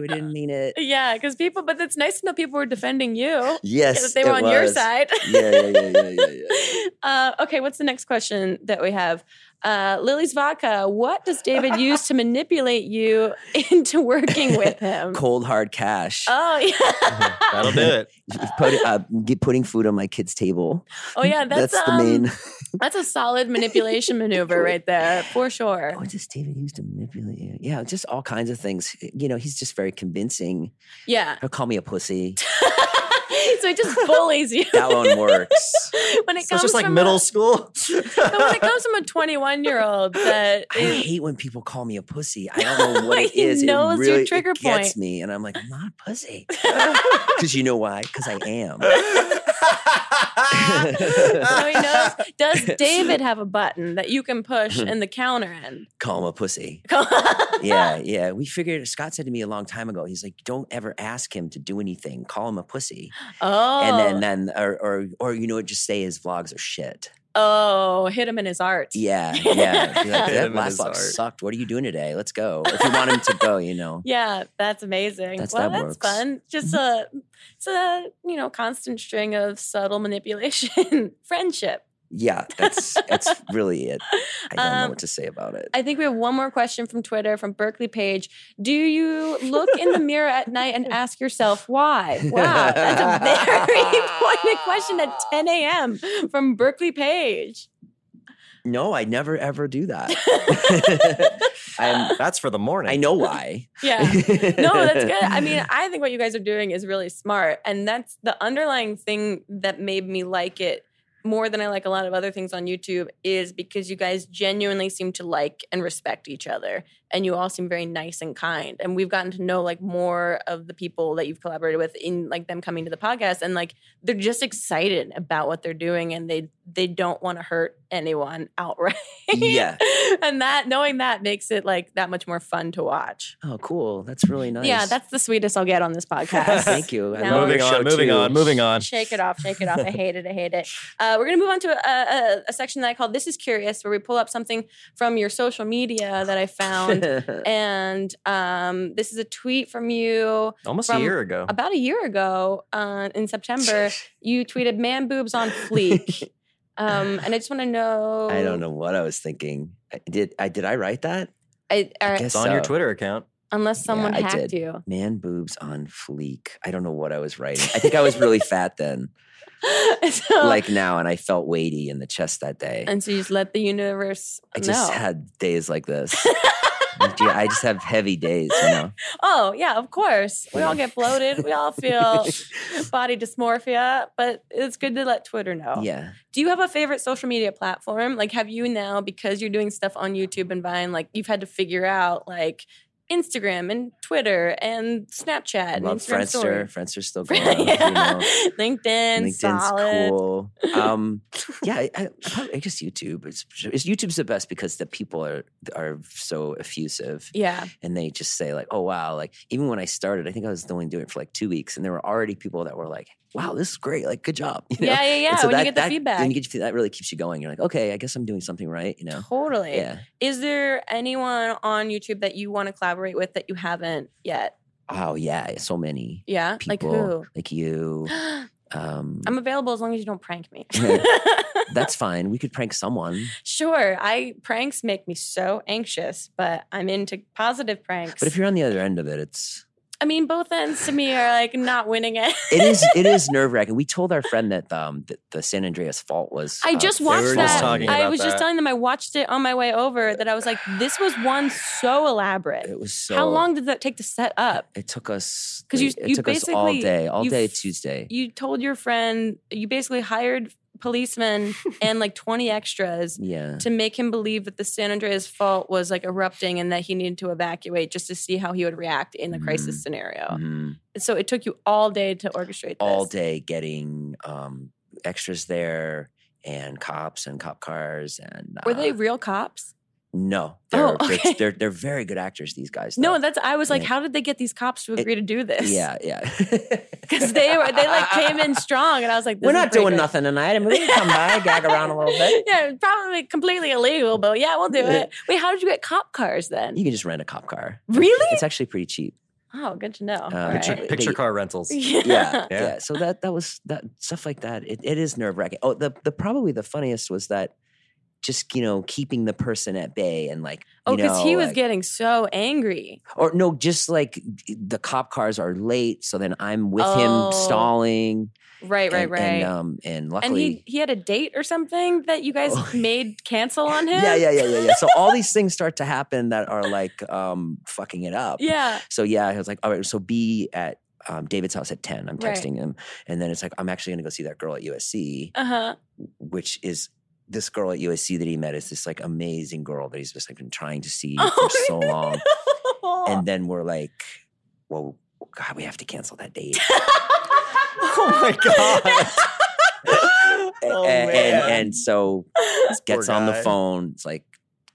Speaker 2: <laughs>
Speaker 4: we didn't mean it.
Speaker 2: Yeah, because people, but it's nice to know people were defending you.
Speaker 4: Yes.
Speaker 2: Because they were
Speaker 4: it
Speaker 2: on your
Speaker 4: was.
Speaker 2: side. <laughs>
Speaker 4: Yeah, yeah, yeah, yeah, yeah, yeah.
Speaker 2: uh, okay, what's the next question that we have? Uh, Lily's vodka. What does David use to manipulate you into working with him?
Speaker 4: Cold hard cash.
Speaker 2: Oh yeah.
Speaker 1: That'll do it.
Speaker 4: Put, uh, get- putting food on my kids' table.
Speaker 2: Oh yeah. That's,
Speaker 4: the
Speaker 2: um, <laughs>
Speaker 4: main.
Speaker 2: That's a solid manipulation maneuver right there for sure.
Speaker 4: What does Oh, David use to manipulate you? Yeah, just all kinds of things. You know, he's just very convincing.
Speaker 2: Yeah.
Speaker 4: He'll call me a pussy.
Speaker 2: so he just bullies you
Speaker 4: That one works.
Speaker 2: when it
Speaker 1: So it's
Speaker 2: comes
Speaker 1: just like
Speaker 2: from
Speaker 1: middle <laughs>
Speaker 2: a,
Speaker 1: school.
Speaker 2: <laughs> but when it comes from a 21 year old that
Speaker 4: I
Speaker 2: is
Speaker 4: hate when people call me a pussy. I don't know
Speaker 2: <laughs>
Speaker 4: what it
Speaker 2: He
Speaker 4: is.
Speaker 2: knows
Speaker 4: it
Speaker 2: your
Speaker 4: really it
Speaker 2: trigger
Speaker 4: gets
Speaker 2: point.
Speaker 4: me, and I'm like, I'm not a
Speaker 2: <laughs>
Speaker 4: pussy. Because you know why? Because I am.
Speaker 2: so he knows. Does David have a button that you can push in the counter end?
Speaker 4: Call him a pussy. yeah, yeah. We figured. Scott said to me a long time ago. He's like, "Don't ever ask him to do anything. Call him a pussy."
Speaker 2: Oh.
Speaker 4: And then, then, or, or, or you know what? Just say his vlogs are shit.
Speaker 2: oh, hit him in his art. <laughs>
Speaker 4: Yeah, yeah. Be like,
Speaker 1: Hit
Speaker 4: that
Speaker 1: him in
Speaker 4: last
Speaker 1: his
Speaker 4: vlog
Speaker 1: art."
Speaker 4: sucked. What are you doing today? Let's go. If you want him to go,
Speaker 2: <laughs>
Speaker 4: you know.
Speaker 2: Yeah, that's amazing.
Speaker 4: That's-
Speaker 2: well,
Speaker 4: that
Speaker 2: that's
Speaker 4: works. Mm-hmm.
Speaker 2: fun. Just a, it's a you know constant string of subtle manipulation, <laughs> friendship.
Speaker 4: Yeah, that's that's really it. I don't know
Speaker 2: Um,
Speaker 4: what to say about it.
Speaker 2: I think we have one more question from Twitter from Berkeley Page. Do you look in the mirror at night and ask yourself why? Wow, that's a
Speaker 4: <laughs>
Speaker 2: very <laughs> pointed question at 10 a.m. from Berkeley Page.
Speaker 4: no, I never ever do that.
Speaker 2: <laughs>
Speaker 4: I'm,
Speaker 1: That's for the morning.
Speaker 4: <laughs> I know why.
Speaker 2: Yeah. No,
Speaker 4: <laughs>
Speaker 2: that's good. I mean, I think what you guys are doing is really smart. And that's the underlying thing that made me like it more than I like a lot of other things on YouTube is because you guys genuinely seem to like and respect each other. And you all seem very nice and kind. And we've gotten to know like more of the people that you've collaborated with in like them coming to the podcast. And like they're just excited about what they're doing and they they don't want to hurt anyone outright. <laughs>
Speaker 4: Yeah.
Speaker 2: and that knowing that makes it like that much more fun to watch.
Speaker 4: Oh, cool. That's really nice.
Speaker 2: Yeah, <laughs> that's the sweetest I'll get on
Speaker 4: <laughs>
Speaker 2: this podcast.
Speaker 4: Thank you. I
Speaker 2: Now-
Speaker 4: love
Speaker 1: moving
Speaker 4: your
Speaker 1: on,
Speaker 4: show,
Speaker 1: moving
Speaker 4: too.
Speaker 1: on, moving on.
Speaker 2: Shake it off, shake it off. I hate it, I hate <laughs> it. Uh, we're going to move on to a, a, a section that I call This is Curious, where we pull up something from your social media that I <laughs>
Speaker 4: <laughs>
Speaker 2: found. and um, this is a tweet from you
Speaker 1: Almost
Speaker 2: From
Speaker 1: a year ago.
Speaker 2: about a year ago uh, in
Speaker 4: <laughs>
Speaker 2: September. you tweeted, Man boobs on fleek. Um, and I just want to know.
Speaker 4: I don't know what I was thinking. I, did I did I write that?
Speaker 2: I,
Speaker 4: I
Speaker 2: or-
Speaker 4: guess
Speaker 1: It's on your
Speaker 4: so.
Speaker 1: Twitter account.
Speaker 2: unless someone
Speaker 4: Yeah, I
Speaker 2: hacked
Speaker 4: did.
Speaker 2: you. <laughs>
Speaker 4: Man boobs on fleek. I don't know what I was writing. I think I was
Speaker 2: <laughs>
Speaker 4: really fat then,
Speaker 2: so,
Speaker 4: like now, and I felt weighty in the chest that day.
Speaker 2: and so you just let the universe
Speaker 4: I just
Speaker 2: know.
Speaker 4: had days like this.
Speaker 2: <laughs>
Speaker 4: Dude, I just have heavy days, you know.
Speaker 2: Oh, yeah, of course. We all get bloated. We all
Speaker 4: <laughs>
Speaker 2: feel body dysmorphia, but it's good to let Twitter know.
Speaker 4: Yeah.
Speaker 2: Do you have a favorite social media platform? Like, have you now, because you're doing stuff on YouTube and Vine, like you've had to figure out like Instagram and Twitter and Snapchat and
Speaker 4: Love
Speaker 2: Instagram
Speaker 4: Friendster.
Speaker 2: story? <laughs>
Speaker 4: Friendster's still going on. You
Speaker 2: yeah.
Speaker 4: know.
Speaker 2: LinkedIn,
Speaker 4: LinkedIn's
Speaker 2: solid.
Speaker 4: cool.
Speaker 2: <laughs>
Speaker 4: Um, yeah, I, I, probably- I guess YouTube. Is, is YouTube's the best because the people are are so effusive, <laughs>
Speaker 2: Yeah.
Speaker 4: and they just say like, "Oh wow!" Like even when I started, I think I was only doing it for like two weeks, and there were already people that were like, "Wow, this is great! Like, good job!" <laughs> You know?
Speaker 2: Yeah, yeah, yeah.
Speaker 4: And so
Speaker 2: when
Speaker 4: that-
Speaker 2: you get the
Speaker 4: that-
Speaker 2: feedback.
Speaker 4: when you get, that really keeps you going. You're like, "Okay, I guess I'm doing something right." You know?
Speaker 2: Totally.
Speaker 4: Yeah.
Speaker 2: Is there anyone on YouTube that you want to collaborate with that you haven't yet?
Speaker 4: Oh yeah, so many
Speaker 2: Yeah.
Speaker 4: people
Speaker 2: Like <gasps>
Speaker 4: like you.
Speaker 2: who?
Speaker 4: Um,
Speaker 2: I'm available as long as you don't prank me.
Speaker 4: that's fine. We could prank someone.
Speaker 2: <laughs> sure, I pranks make me so anxious, but I'm into positive pranks.
Speaker 4: But if you're on the other end of it, it's
Speaker 2: I mean, both ends to me are like not winning it.
Speaker 4: it is it
Speaker 2: <laughs>
Speaker 4: is nerve wracking. We told our friend that um that the San Andreas fault was.
Speaker 2: I
Speaker 4: uh,
Speaker 2: just
Speaker 1: we
Speaker 2: watched
Speaker 1: were just
Speaker 2: that.
Speaker 1: talking
Speaker 2: I
Speaker 1: about
Speaker 2: was just
Speaker 1: that.
Speaker 2: telling them I watched it on my way over that I was like, this was one so elaborate.
Speaker 4: It was so.
Speaker 2: How long did that take to set up?
Speaker 4: It took us
Speaker 2: 'Cause you-
Speaker 4: it
Speaker 2: you
Speaker 4: took us all
Speaker 2: basically-
Speaker 4: day, all
Speaker 2: you
Speaker 4: day
Speaker 2: f-
Speaker 4: Tuesday.
Speaker 2: You told your friend you basically hired
Speaker 4: <laughs>
Speaker 2: policemen and like 20 extras
Speaker 4: yeah,
Speaker 2: to make him believe that the San Andreas fault was like erupting and that he needed to evacuate just to see how he would react in a crisis scenario.
Speaker 4: Mhm.
Speaker 2: So it took you all day to orchestrate this.
Speaker 4: all day getting um extras there and cops and cop cars and
Speaker 2: Were
Speaker 4: uh,
Speaker 2: they real cops? Oh,
Speaker 4: no they're, they're-
Speaker 2: okay.
Speaker 4: they're, they're very good actors these guys
Speaker 2: No,
Speaker 4: though.
Speaker 2: that's I was like,
Speaker 4: Yeah.
Speaker 2: how did they get these cops to agree to do this? <laughs>
Speaker 4: yeah yeah
Speaker 2: because they were they like came in strong, and I was like, this
Speaker 4: we're
Speaker 2: is
Speaker 4: not
Speaker 2: pretty
Speaker 4: doing
Speaker 2: good.
Speaker 4: nothing tonight. I mean, we can come by, gag around a little bit.
Speaker 2: <laughs> Yeah, probably completely illegal, but yeah, we'll do it. Wait, how did you get cop cars then?
Speaker 4: You can just rent a cop car.
Speaker 2: really?
Speaker 4: It's Uh, actually
Speaker 2: <laughs>
Speaker 4: pretty cheap.
Speaker 2: Oh, good to know. All
Speaker 1: Picture,
Speaker 2: right.
Speaker 1: picture
Speaker 4: They-
Speaker 1: car <laughs>
Speaker 2: <laughs>
Speaker 1: rentals.
Speaker 2: Yeah.
Speaker 4: Yeah,
Speaker 1: Yeah.
Speaker 4: yeah. So that that was that stuff like that. It, it is nerve wracking. Oh, the the probably the funniest was that just you know keeping the person at bay and like
Speaker 2: Oh,
Speaker 4: you
Speaker 2: because he
Speaker 4: know,
Speaker 2: was
Speaker 4: like-
Speaker 2: getting so angry.
Speaker 4: or no just like the cop cars are late so then i'm with
Speaker 2: Oh.
Speaker 4: him stalling
Speaker 2: Right, right,
Speaker 4: and,
Speaker 2: right.
Speaker 4: and um and
Speaker 2: and <laughs>
Speaker 4: luckily
Speaker 2: he he had a date or something that you guys
Speaker 4: Oh. <laughs>
Speaker 2: made cancel on him.
Speaker 4: yeah yeah yeah yeah yeah so all these things start to happen that are like um fucking it up
Speaker 2: <laughs> yeah.
Speaker 4: so yeah i was like all right so be at um, David's house at 10. I'm
Speaker 2: Right.
Speaker 4: texting him. And then it's like, I'm actually going to go see that girl at USC,
Speaker 2: Uh huh.
Speaker 4: which is this girl at USC that he met is this like amazing girl that he's just like been trying
Speaker 1: <laughs>
Speaker 4: to see
Speaker 2: Oh.
Speaker 4: for so long.
Speaker 1: Oh,
Speaker 2: <laughs>
Speaker 4: and then we're like, well, God, we have to cancel that
Speaker 1: <laughs>
Speaker 4: date.
Speaker 1: Oh my god.
Speaker 4: A-
Speaker 1: oh,
Speaker 4: and,
Speaker 1: man.
Speaker 4: and so
Speaker 1: Poor
Speaker 4: gets on the
Speaker 1: guy.
Speaker 4: phone. It's like,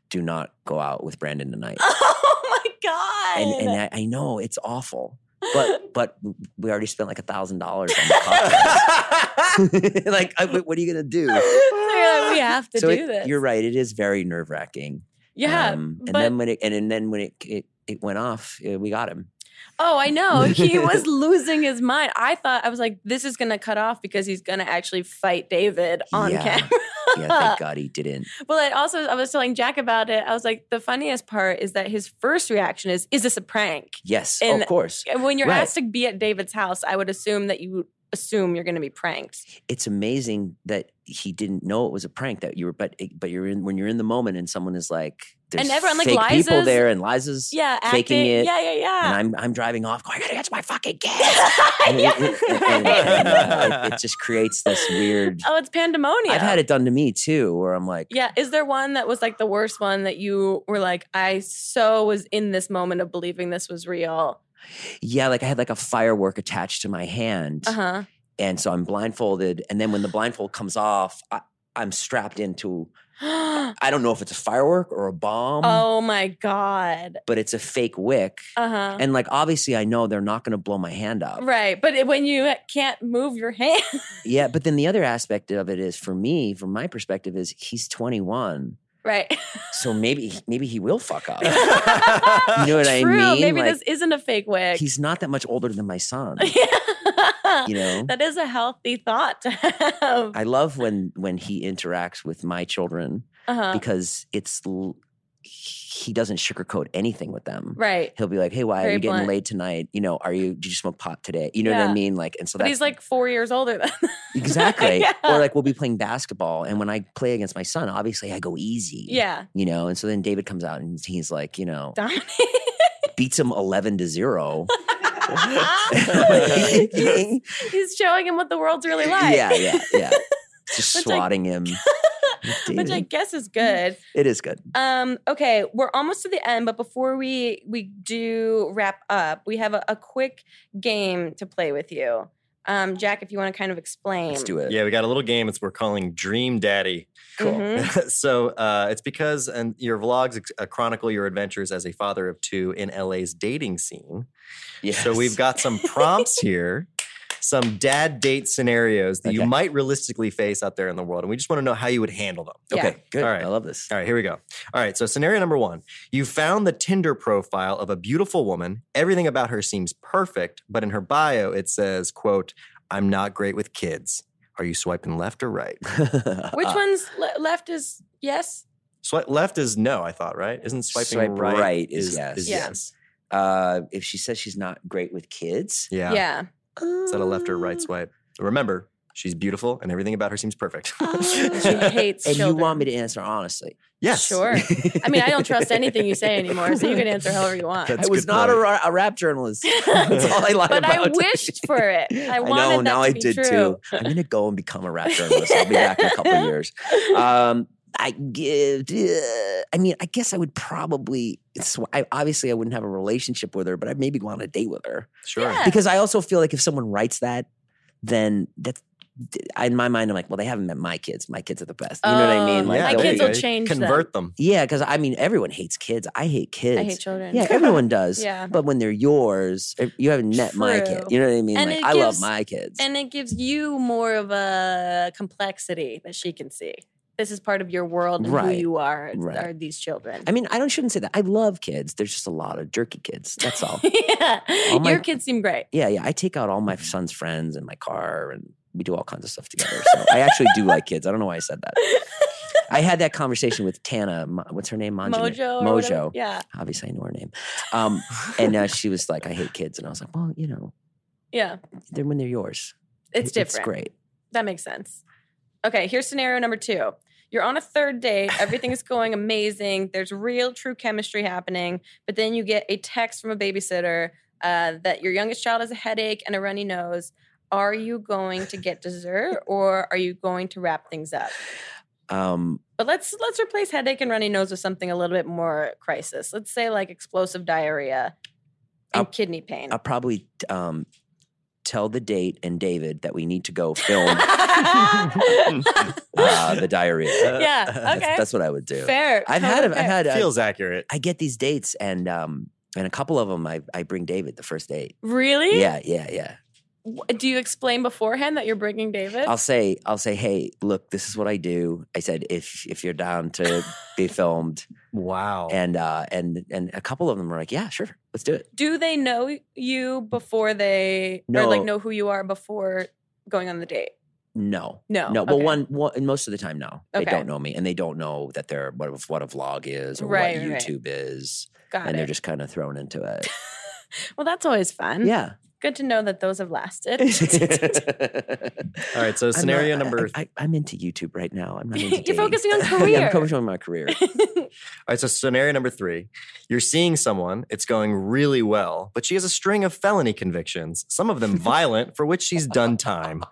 Speaker 4: do not go out with Brandon tonight.
Speaker 2: oh my god.
Speaker 4: and and I, I know it's awful,
Speaker 2: <laughs>
Speaker 4: but but we already spent like a thousand dollars on the
Speaker 2: <laughs>
Speaker 4: cocktails. <laughs> like, I- what what are you gonna do?
Speaker 2: so you're like, we have to
Speaker 4: so
Speaker 2: do
Speaker 4: it-
Speaker 2: this.
Speaker 4: you're right. It is very nerve wracking.
Speaker 2: Yeah.
Speaker 4: and
Speaker 2: but
Speaker 4: then when it and, and then when it it, it went off, uh, we got him.
Speaker 2: oh, I
Speaker 4: <laughs>
Speaker 2: know he was losing his mind. I thought I was like, this is gonna cut off because he's gonna actually fight David on
Speaker 4: Yeah.
Speaker 2: camera. <laughs>
Speaker 4: Yeah, thank God he didn't.
Speaker 2: Well, it also I was telling Jack about it. I was like, the funniest part is that his first reaction is, "Is this a prank?"
Speaker 4: Yes,
Speaker 2: And-
Speaker 4: of course.
Speaker 2: And when you're
Speaker 4: Right.
Speaker 2: asked to be at David's house, I would assume that you assume you're going to be pranked.
Speaker 4: it's amazing that he didn't know it was a prank that you were but it- but you're in when you're in the moment and someone is like there's
Speaker 2: And everyone, like,
Speaker 4: fake people
Speaker 2: Liza's-
Speaker 4: there and Liza's
Speaker 2: Yeah,
Speaker 4: Faking
Speaker 2: acting.
Speaker 4: it.
Speaker 2: Yeah, yeah,
Speaker 4: and
Speaker 2: yeah.
Speaker 4: I'm I'm driving off going I gotta catch my fucking kid
Speaker 2: <laughs>
Speaker 4: and,
Speaker 2: Yes,
Speaker 4: and- and-
Speaker 2: right.
Speaker 4: and, uh, it, it just creates this weird
Speaker 2: Oh, it's pandemonium.
Speaker 4: I've had it done to me too where I'm like
Speaker 2: Yeah, is there one that was like the worst one that you were like, I so was in this moment of believing this was real?
Speaker 4: yeah like I had like a firework attached to my hand
Speaker 2: Uh <gasps> huh.
Speaker 4: and so I'm blindfolded and then when the blindfold comes off I, I'm strapped into I don't know if it's a firework or a bomb
Speaker 2: oh my god.
Speaker 4: but it's a fake wick
Speaker 2: Uh huh.
Speaker 4: And like obviously I know they're not going to blow my hand up.
Speaker 2: Right, but it, when you can't move your hand,
Speaker 4: Yeah, but then the other aspect of it is for me, from my perspective is he's 21.
Speaker 2: right? <laughs>
Speaker 4: So maybe maybe he will fuck up. You
Speaker 1: you
Speaker 4: know what I
Speaker 2: True.
Speaker 4: mean?
Speaker 2: Maybe
Speaker 4: Like,
Speaker 2: this isn't a fake wig. <laughs>
Speaker 4: he's not that much older than my son, you know?
Speaker 2: That is a healthy thought to have.
Speaker 4: I love when when he interacts with my children
Speaker 2: Uh-huh.
Speaker 4: because it's l- he doesn't sugarcoat anything with them.
Speaker 2: Right.
Speaker 4: He'll be like, "Hey, why are
Speaker 2: Very
Speaker 4: you getting
Speaker 2: blunt.
Speaker 4: laid tonight? You know, are you did you smoke pot today? You know what
Speaker 2: Yeah.
Speaker 4: I mean? Like, and so
Speaker 2: But
Speaker 4: that's
Speaker 2: he's like <laughs> four years older than
Speaker 4: Exactly.
Speaker 2: Yeah.
Speaker 4: Or like we'll be playing basketball, and when I play against my son, obviously I go easy.
Speaker 2: Yeah.
Speaker 4: You know, and so then David comes out and he's like,
Speaker 2: <laughs>
Speaker 4: you know, <laughs>
Speaker 2: Dominic.
Speaker 4: beats him eleven
Speaker 2: <laughs>
Speaker 4: to zero. <laughs>
Speaker 2: he's, he's showing him what the world's really like.
Speaker 4: Yeah, yeah, yeah. Just
Speaker 2: Which I-
Speaker 4: swatting him.
Speaker 2: <laughs> Which I
Speaker 4: David,
Speaker 2: guess is good.
Speaker 4: it is good.
Speaker 2: Um, okay, we're almost to the end, but before we we do wrap up, we have a, a quick game to play with you. Um, Jack, if you want to kind of explain.
Speaker 4: Let's do it.
Speaker 1: Yeah, we got a little game. It's we're calling Dream Daddy.
Speaker 2: Cool.
Speaker 4: <laughs>
Speaker 2: Mhm.
Speaker 1: so uh, it's because and your vlogs ex- uh, chronicle your adventures as a father of two in LA's dating scene. So we've got some
Speaker 4: <laughs>
Speaker 1: prompts here, some dad date scenarios that you
Speaker 4: Okay.
Speaker 1: might realistically face out there in the world, and we just want to know how you would handle them.
Speaker 2: Yeah.
Speaker 4: Okay, good.
Speaker 1: All right.
Speaker 4: I love this.
Speaker 1: All right, here we go. All right, so scenario number one you found the Tinder profile of a beautiful woman. Everything about her seems perfect, but in her bio it says, quote, I'm not great with kids. Are you swiping left or right?
Speaker 4: <laughs>
Speaker 2: Which
Speaker 4: Uh,
Speaker 2: one's le- left is yes?
Speaker 1: Swipe left is no, I thought, right? Isn't swiping
Speaker 4: Swipe
Speaker 1: right,
Speaker 4: right is yes.
Speaker 2: Yeah.
Speaker 1: yes.
Speaker 4: Uh, if she says she's not great with kids,
Speaker 1: Yeah.
Speaker 2: yeah.
Speaker 1: Is that a left or right swipe? Remember, she's beautiful and everything about her seems perfect. <laughs>
Speaker 2: Oh, She hates
Speaker 4: <laughs> and
Speaker 2: children.
Speaker 4: you want me to answer honestly,
Speaker 1: yes.
Speaker 2: Sure. I mean, I
Speaker 4: <laughs>
Speaker 2: don't trust anything you say anymore, so you can answer however you want.
Speaker 1: That's
Speaker 4: I was
Speaker 1: good
Speaker 4: not a,
Speaker 1: point.
Speaker 4: ra- a rap journalist.
Speaker 2: <laughs>
Speaker 4: That's all I lied
Speaker 2: but I
Speaker 4: about. <laughs>
Speaker 2: wished for it. I wanted
Speaker 4: know.
Speaker 2: that to
Speaker 4: now I
Speaker 2: be
Speaker 4: did
Speaker 2: true.
Speaker 4: too. I'm gonna go and become a rap journalist. I'll be back in a
Speaker 2: <laughs>
Speaker 4: couple of years. Um, I give. I mean, I guess I would probably. It's, I, obviously, I wouldn't have a relationship with her, but I'd maybe go on a date with her
Speaker 1: Sure.
Speaker 2: Yeah.
Speaker 4: because I also feel like if someone writes that, then that's. In my mind, I'm like, well, they haven't met my kids. My kids are the best. You know what I mean?
Speaker 2: Oh,
Speaker 4: Like,
Speaker 2: my
Speaker 4: they'll
Speaker 2: kids
Speaker 4: be-
Speaker 2: will change them.
Speaker 1: Convert them.
Speaker 4: yeah, because I mean, everyone hates kids. I hate kids.
Speaker 2: I hate children.
Speaker 4: Yeah,
Speaker 2: <laughs>
Speaker 4: everyone does.
Speaker 2: Yeah.
Speaker 4: But when they're yours, if you haven't met my
Speaker 2: True.
Speaker 4: kid. You know what I mean?
Speaker 2: And
Speaker 4: like
Speaker 2: it
Speaker 4: I
Speaker 2: gives-
Speaker 4: love my kids.
Speaker 2: And it gives you more of a complexity that she can see. This is part of your world and who
Speaker 4: Right.
Speaker 2: you are
Speaker 4: Right.
Speaker 2: are these children.
Speaker 4: I mean, I don't shouldn't say that. I love kids. There's just a lot of jerky kids.
Speaker 2: <laughs>
Speaker 4: That's all.
Speaker 2: yeah.
Speaker 4: All my-
Speaker 2: Your kids seem great. <laughs>
Speaker 4: yeah, yeah. I take out all my son's friends in my car and we do all kinds of stuff together. So I actually do like kids. I don't know why I said that. I had that conversation with Tana. Mo- What's her name? Manjana-
Speaker 2: Mojo. or whatever.
Speaker 4: Mojo.
Speaker 2: Yeah.
Speaker 4: Obviously, I know her name. Um, and
Speaker 1: <laughs>
Speaker 4: uh, she was like, "I hate kids," and I was like, "Well, you know,
Speaker 2: Yeah.
Speaker 4: they're when they're yours.
Speaker 2: It's
Speaker 4: It-
Speaker 2: different.
Speaker 4: It's great.
Speaker 2: That makes sense. Okay, here's scenario number two. You're on a third
Speaker 4: <laughs>
Speaker 2: date, everything is going amazing, there's real true chemistry happening, but then you get a text from a babysitter uh, that your youngest child has a headache and a runny nose. Are you going to get
Speaker 4: <laughs>
Speaker 2: dessert or are you going to wrap things up?
Speaker 4: Um,
Speaker 2: But let's let's replace headache and runny nose with something a little bit more crisis. Let's say like explosive diarrhea and
Speaker 4: I'll-
Speaker 2: kidney pain.
Speaker 4: I'll probably um, tell the date and David that we need to go <laughs> film uh, the
Speaker 2: <laughs>
Speaker 4: diarrhea.
Speaker 2: Yeah,
Speaker 4: <laughs> That's-
Speaker 2: okay.
Speaker 4: That's, what I would do.
Speaker 2: fair.
Speaker 4: I've had,
Speaker 2: totally
Speaker 4: I've
Speaker 2: fair.
Speaker 4: had, uh,
Speaker 5: Feels accurate.
Speaker 4: I get these dates, and um, and a couple of them, I, I bring David the first date.
Speaker 2: Really?
Speaker 4: Yeah, yeah, yeah.
Speaker 2: W- Do you explain beforehand that you're bringing David?
Speaker 4: I'll say, I'll say, hey, look, this is what I do. I said, if if you're down to
Speaker 2: <laughs>
Speaker 4: be filmed,
Speaker 2: Oh.
Speaker 5: Wow.
Speaker 4: and uh, and and a couple of them were like, yeah, sure, let's do it.
Speaker 2: Do they know you before they or like
Speaker 4: No.
Speaker 2: know who you are before going on the date?
Speaker 4: No,
Speaker 2: No.
Speaker 4: no. Well,
Speaker 2: Okay.
Speaker 4: one, one, and most of the time, no,
Speaker 2: Okay.
Speaker 4: they don't know me, and they don't know that they're what a, what a vlog is or
Speaker 2: Right,
Speaker 4: what
Speaker 2: right, right.
Speaker 4: YouTube is,
Speaker 2: Got
Speaker 4: and
Speaker 2: it.
Speaker 4: they're just kind of thrown
Speaker 2: <laughs>
Speaker 4: into it.
Speaker 2: well, that's always fun. <laughs>
Speaker 4: yeah. <laughs>
Speaker 2: Good to know that those have lasted. <laughs>
Speaker 1: All right, so
Speaker 4: I'm
Speaker 1: scenario
Speaker 4: not- I-
Speaker 1: number.
Speaker 4: I, I, am into YouTube right now.
Speaker 2: <laughs>
Speaker 4: I'm not into
Speaker 2: You're
Speaker 4: dating.
Speaker 2: focusing on
Speaker 4: <laughs> yeah,
Speaker 2: career.
Speaker 4: I'm focusing on
Speaker 2: <laughs>
Speaker 4: my career. <laughs>
Speaker 1: All right, so scenario number three. You're seeing someone, it's going really well, but she has a string of felony convictions, some of
Speaker 4: <laughs>
Speaker 1: them violent, for which she's done time.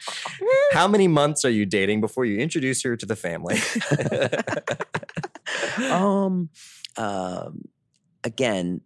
Speaker 1: How many months are you dating before you introduce her to the
Speaker 4: <laughs>
Speaker 1: family? <laughs>
Speaker 4: um, um, again,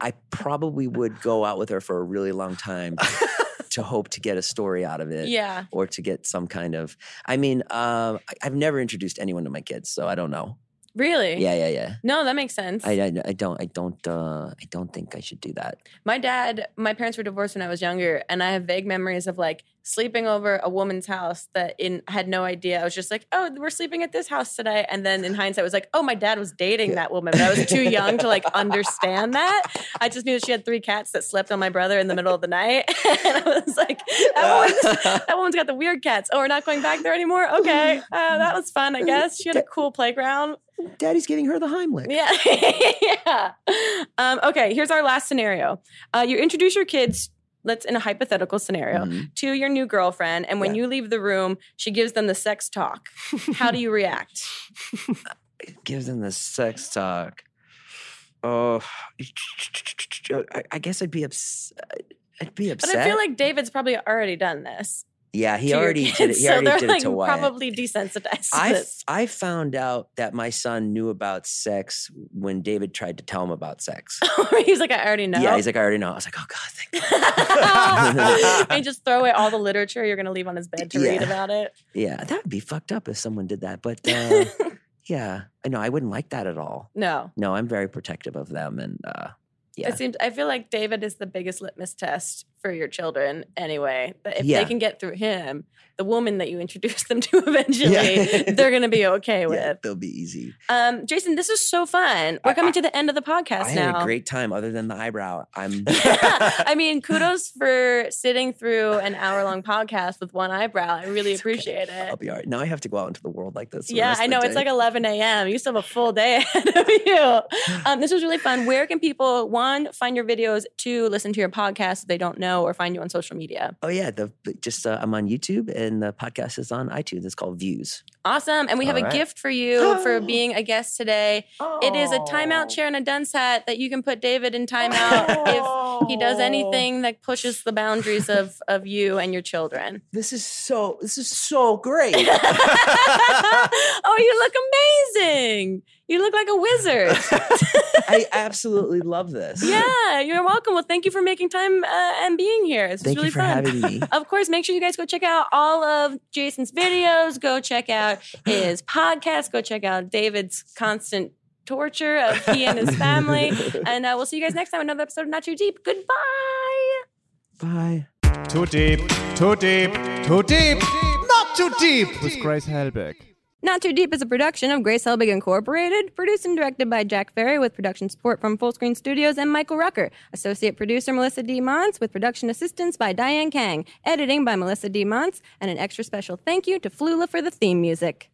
Speaker 4: I probably would go out with her for a really long time
Speaker 2: <laughs>
Speaker 4: to hope to get a story out of it.
Speaker 2: yeah.
Speaker 4: Or to get some kind of, I mean, uh, I- I've never introduced anyone to my kids, so I don't know.
Speaker 2: Really?
Speaker 4: Yeah, yeah, yeah.
Speaker 2: No, that makes sense.
Speaker 4: I, I, I don't, I don't, uh, I don't think I should do that.
Speaker 2: my dad, my parents were divorced when I was younger, and I have vague memories of like sleeping over a woman's house that in had no idea. I was just like, oh, we're sleeping at this house today. And then in hindsight, it was like, oh, my dad was dating that woman, but I was too young to like understand that. I just knew that she had three cats that slept on my brother in the middle of the night, <laughs> and I was like, that woman's, that woman's got the weird cats. Oh, we're not going back there anymore. Okay, uh, that was fun, I guess. She had a cool playground.
Speaker 4: Daddy's giving her the Heimlich.
Speaker 2: Yeah. <laughs> yeah. Um, okay, here's our last scenario. Uh, you introduce your kids, let's in a hypothetical scenario,
Speaker 4: Mhm.
Speaker 2: to your new girlfriend, and when
Speaker 4: Yeah.
Speaker 2: you leave the room, she gives them the sex talk. How do you
Speaker 4: <laughs>
Speaker 2: react?
Speaker 4: gives them the sex talk. Oh, I, I guess I'd be ups- I'd be
Speaker 2: But
Speaker 4: upset.
Speaker 2: I feel like David's probably already done this.
Speaker 4: yeah,
Speaker 2: to
Speaker 4: he
Speaker 2: your
Speaker 4: already did it.
Speaker 2: kids,
Speaker 4: He
Speaker 2: so
Speaker 4: already
Speaker 2: they're
Speaker 4: did
Speaker 2: like
Speaker 4: it to Wyatt.
Speaker 2: probably desensitized. to
Speaker 4: I, f-
Speaker 2: this.
Speaker 4: I found out that my son knew about sex when David tried to tell him
Speaker 2: <laughs>
Speaker 4: about sex.
Speaker 2: he's like, I already know.
Speaker 4: Yeah,
Speaker 2: <laughs>
Speaker 4: he's like, I already know. I was like, oh god, thank God. <laughs>
Speaker 2: and just throw away all the literature you're going to leave on his bed to read
Speaker 4: Yeah.
Speaker 2: about it.
Speaker 4: Yeah, that would be fucked up if someone did that.
Speaker 2: <laughs>
Speaker 4: But uh, yeah, I know I wouldn't like that at all.
Speaker 2: No.
Speaker 4: No, I'm very protective of them, and uh, Yeah.
Speaker 2: It seems I feel like David is the biggest litmus test for your children anyway. But if
Speaker 4: Yeah.
Speaker 2: they can get through him, the woman that you introduce <laughs> them to eventually, <laughs> they're gonna be okay
Speaker 4: yeah,
Speaker 2: with.
Speaker 4: they'll be easy.
Speaker 2: Um, Jason, this is so fun. We're
Speaker 4: I-
Speaker 2: coming to the end of the
Speaker 4: I
Speaker 2: podcast
Speaker 4: had
Speaker 2: now.
Speaker 4: a great time, other than the eyebrow.
Speaker 2: <laughs>
Speaker 4: I'm <laughs>
Speaker 2: I mean, kudos for sitting through an hour long podcast with one eyebrow. I really
Speaker 4: It's okay.
Speaker 2: appreciate
Speaker 4: I'll
Speaker 2: it.
Speaker 4: be all right. Now I have to go out into the world like this. for the
Speaker 2: Yeah,
Speaker 4: rest
Speaker 2: I
Speaker 4: of
Speaker 2: know.
Speaker 4: the
Speaker 2: It's
Speaker 4: day.
Speaker 2: like 11 a.m. You still have a full day <laughs> ahead of you. Um, this was really fun. Where can people, one, find your videos, two, listen to your podcast if they don't know, or find you on social media?
Speaker 4: oh yeah, the the- just uh, I'm on YouTube and the podcast is on iTunes. It's called Views.
Speaker 2: Awesome. And we have
Speaker 1: All
Speaker 2: a
Speaker 1: right.
Speaker 2: gift for you for being a guest today. It is a timeout chair and a dunce hat that you can put David in timeout if he does anything that pushes the boundaries of, of you and your children. <laughs>
Speaker 4: This is so this is so great.
Speaker 2: oh, you look amazing. You look like a wizard.
Speaker 4: I absolutely love this.
Speaker 2: yeah, you're welcome. Well, thank you for making time uh, and being here. It's
Speaker 4: Thank
Speaker 2: really
Speaker 4: you for
Speaker 2: fun.
Speaker 4: having me.
Speaker 2: of course, make sure you guys go check out all of Jason's videos. Go check out
Speaker 4: <laughs>
Speaker 2: his podcast. Go check out David's constant torture of he and his family.
Speaker 4: <laughs>
Speaker 2: and uh, we'll see you guys next time. on Another episode of Not Too Deep. Goodbye.
Speaker 4: Bye.
Speaker 6: Too deep, too deep, too deep, not too deep with Grace Helbig.
Speaker 2: Not Too Deep is a production of Grace Helbig Incorporated, produced and directed by Jack Ferry with production support from Full Screen Studios and Michael Rucker, associate producer Melissa D. Montz with production assistance by Diane Kang, editing by Melissa D. Montz, and an extra special thank you to Flula for the theme music.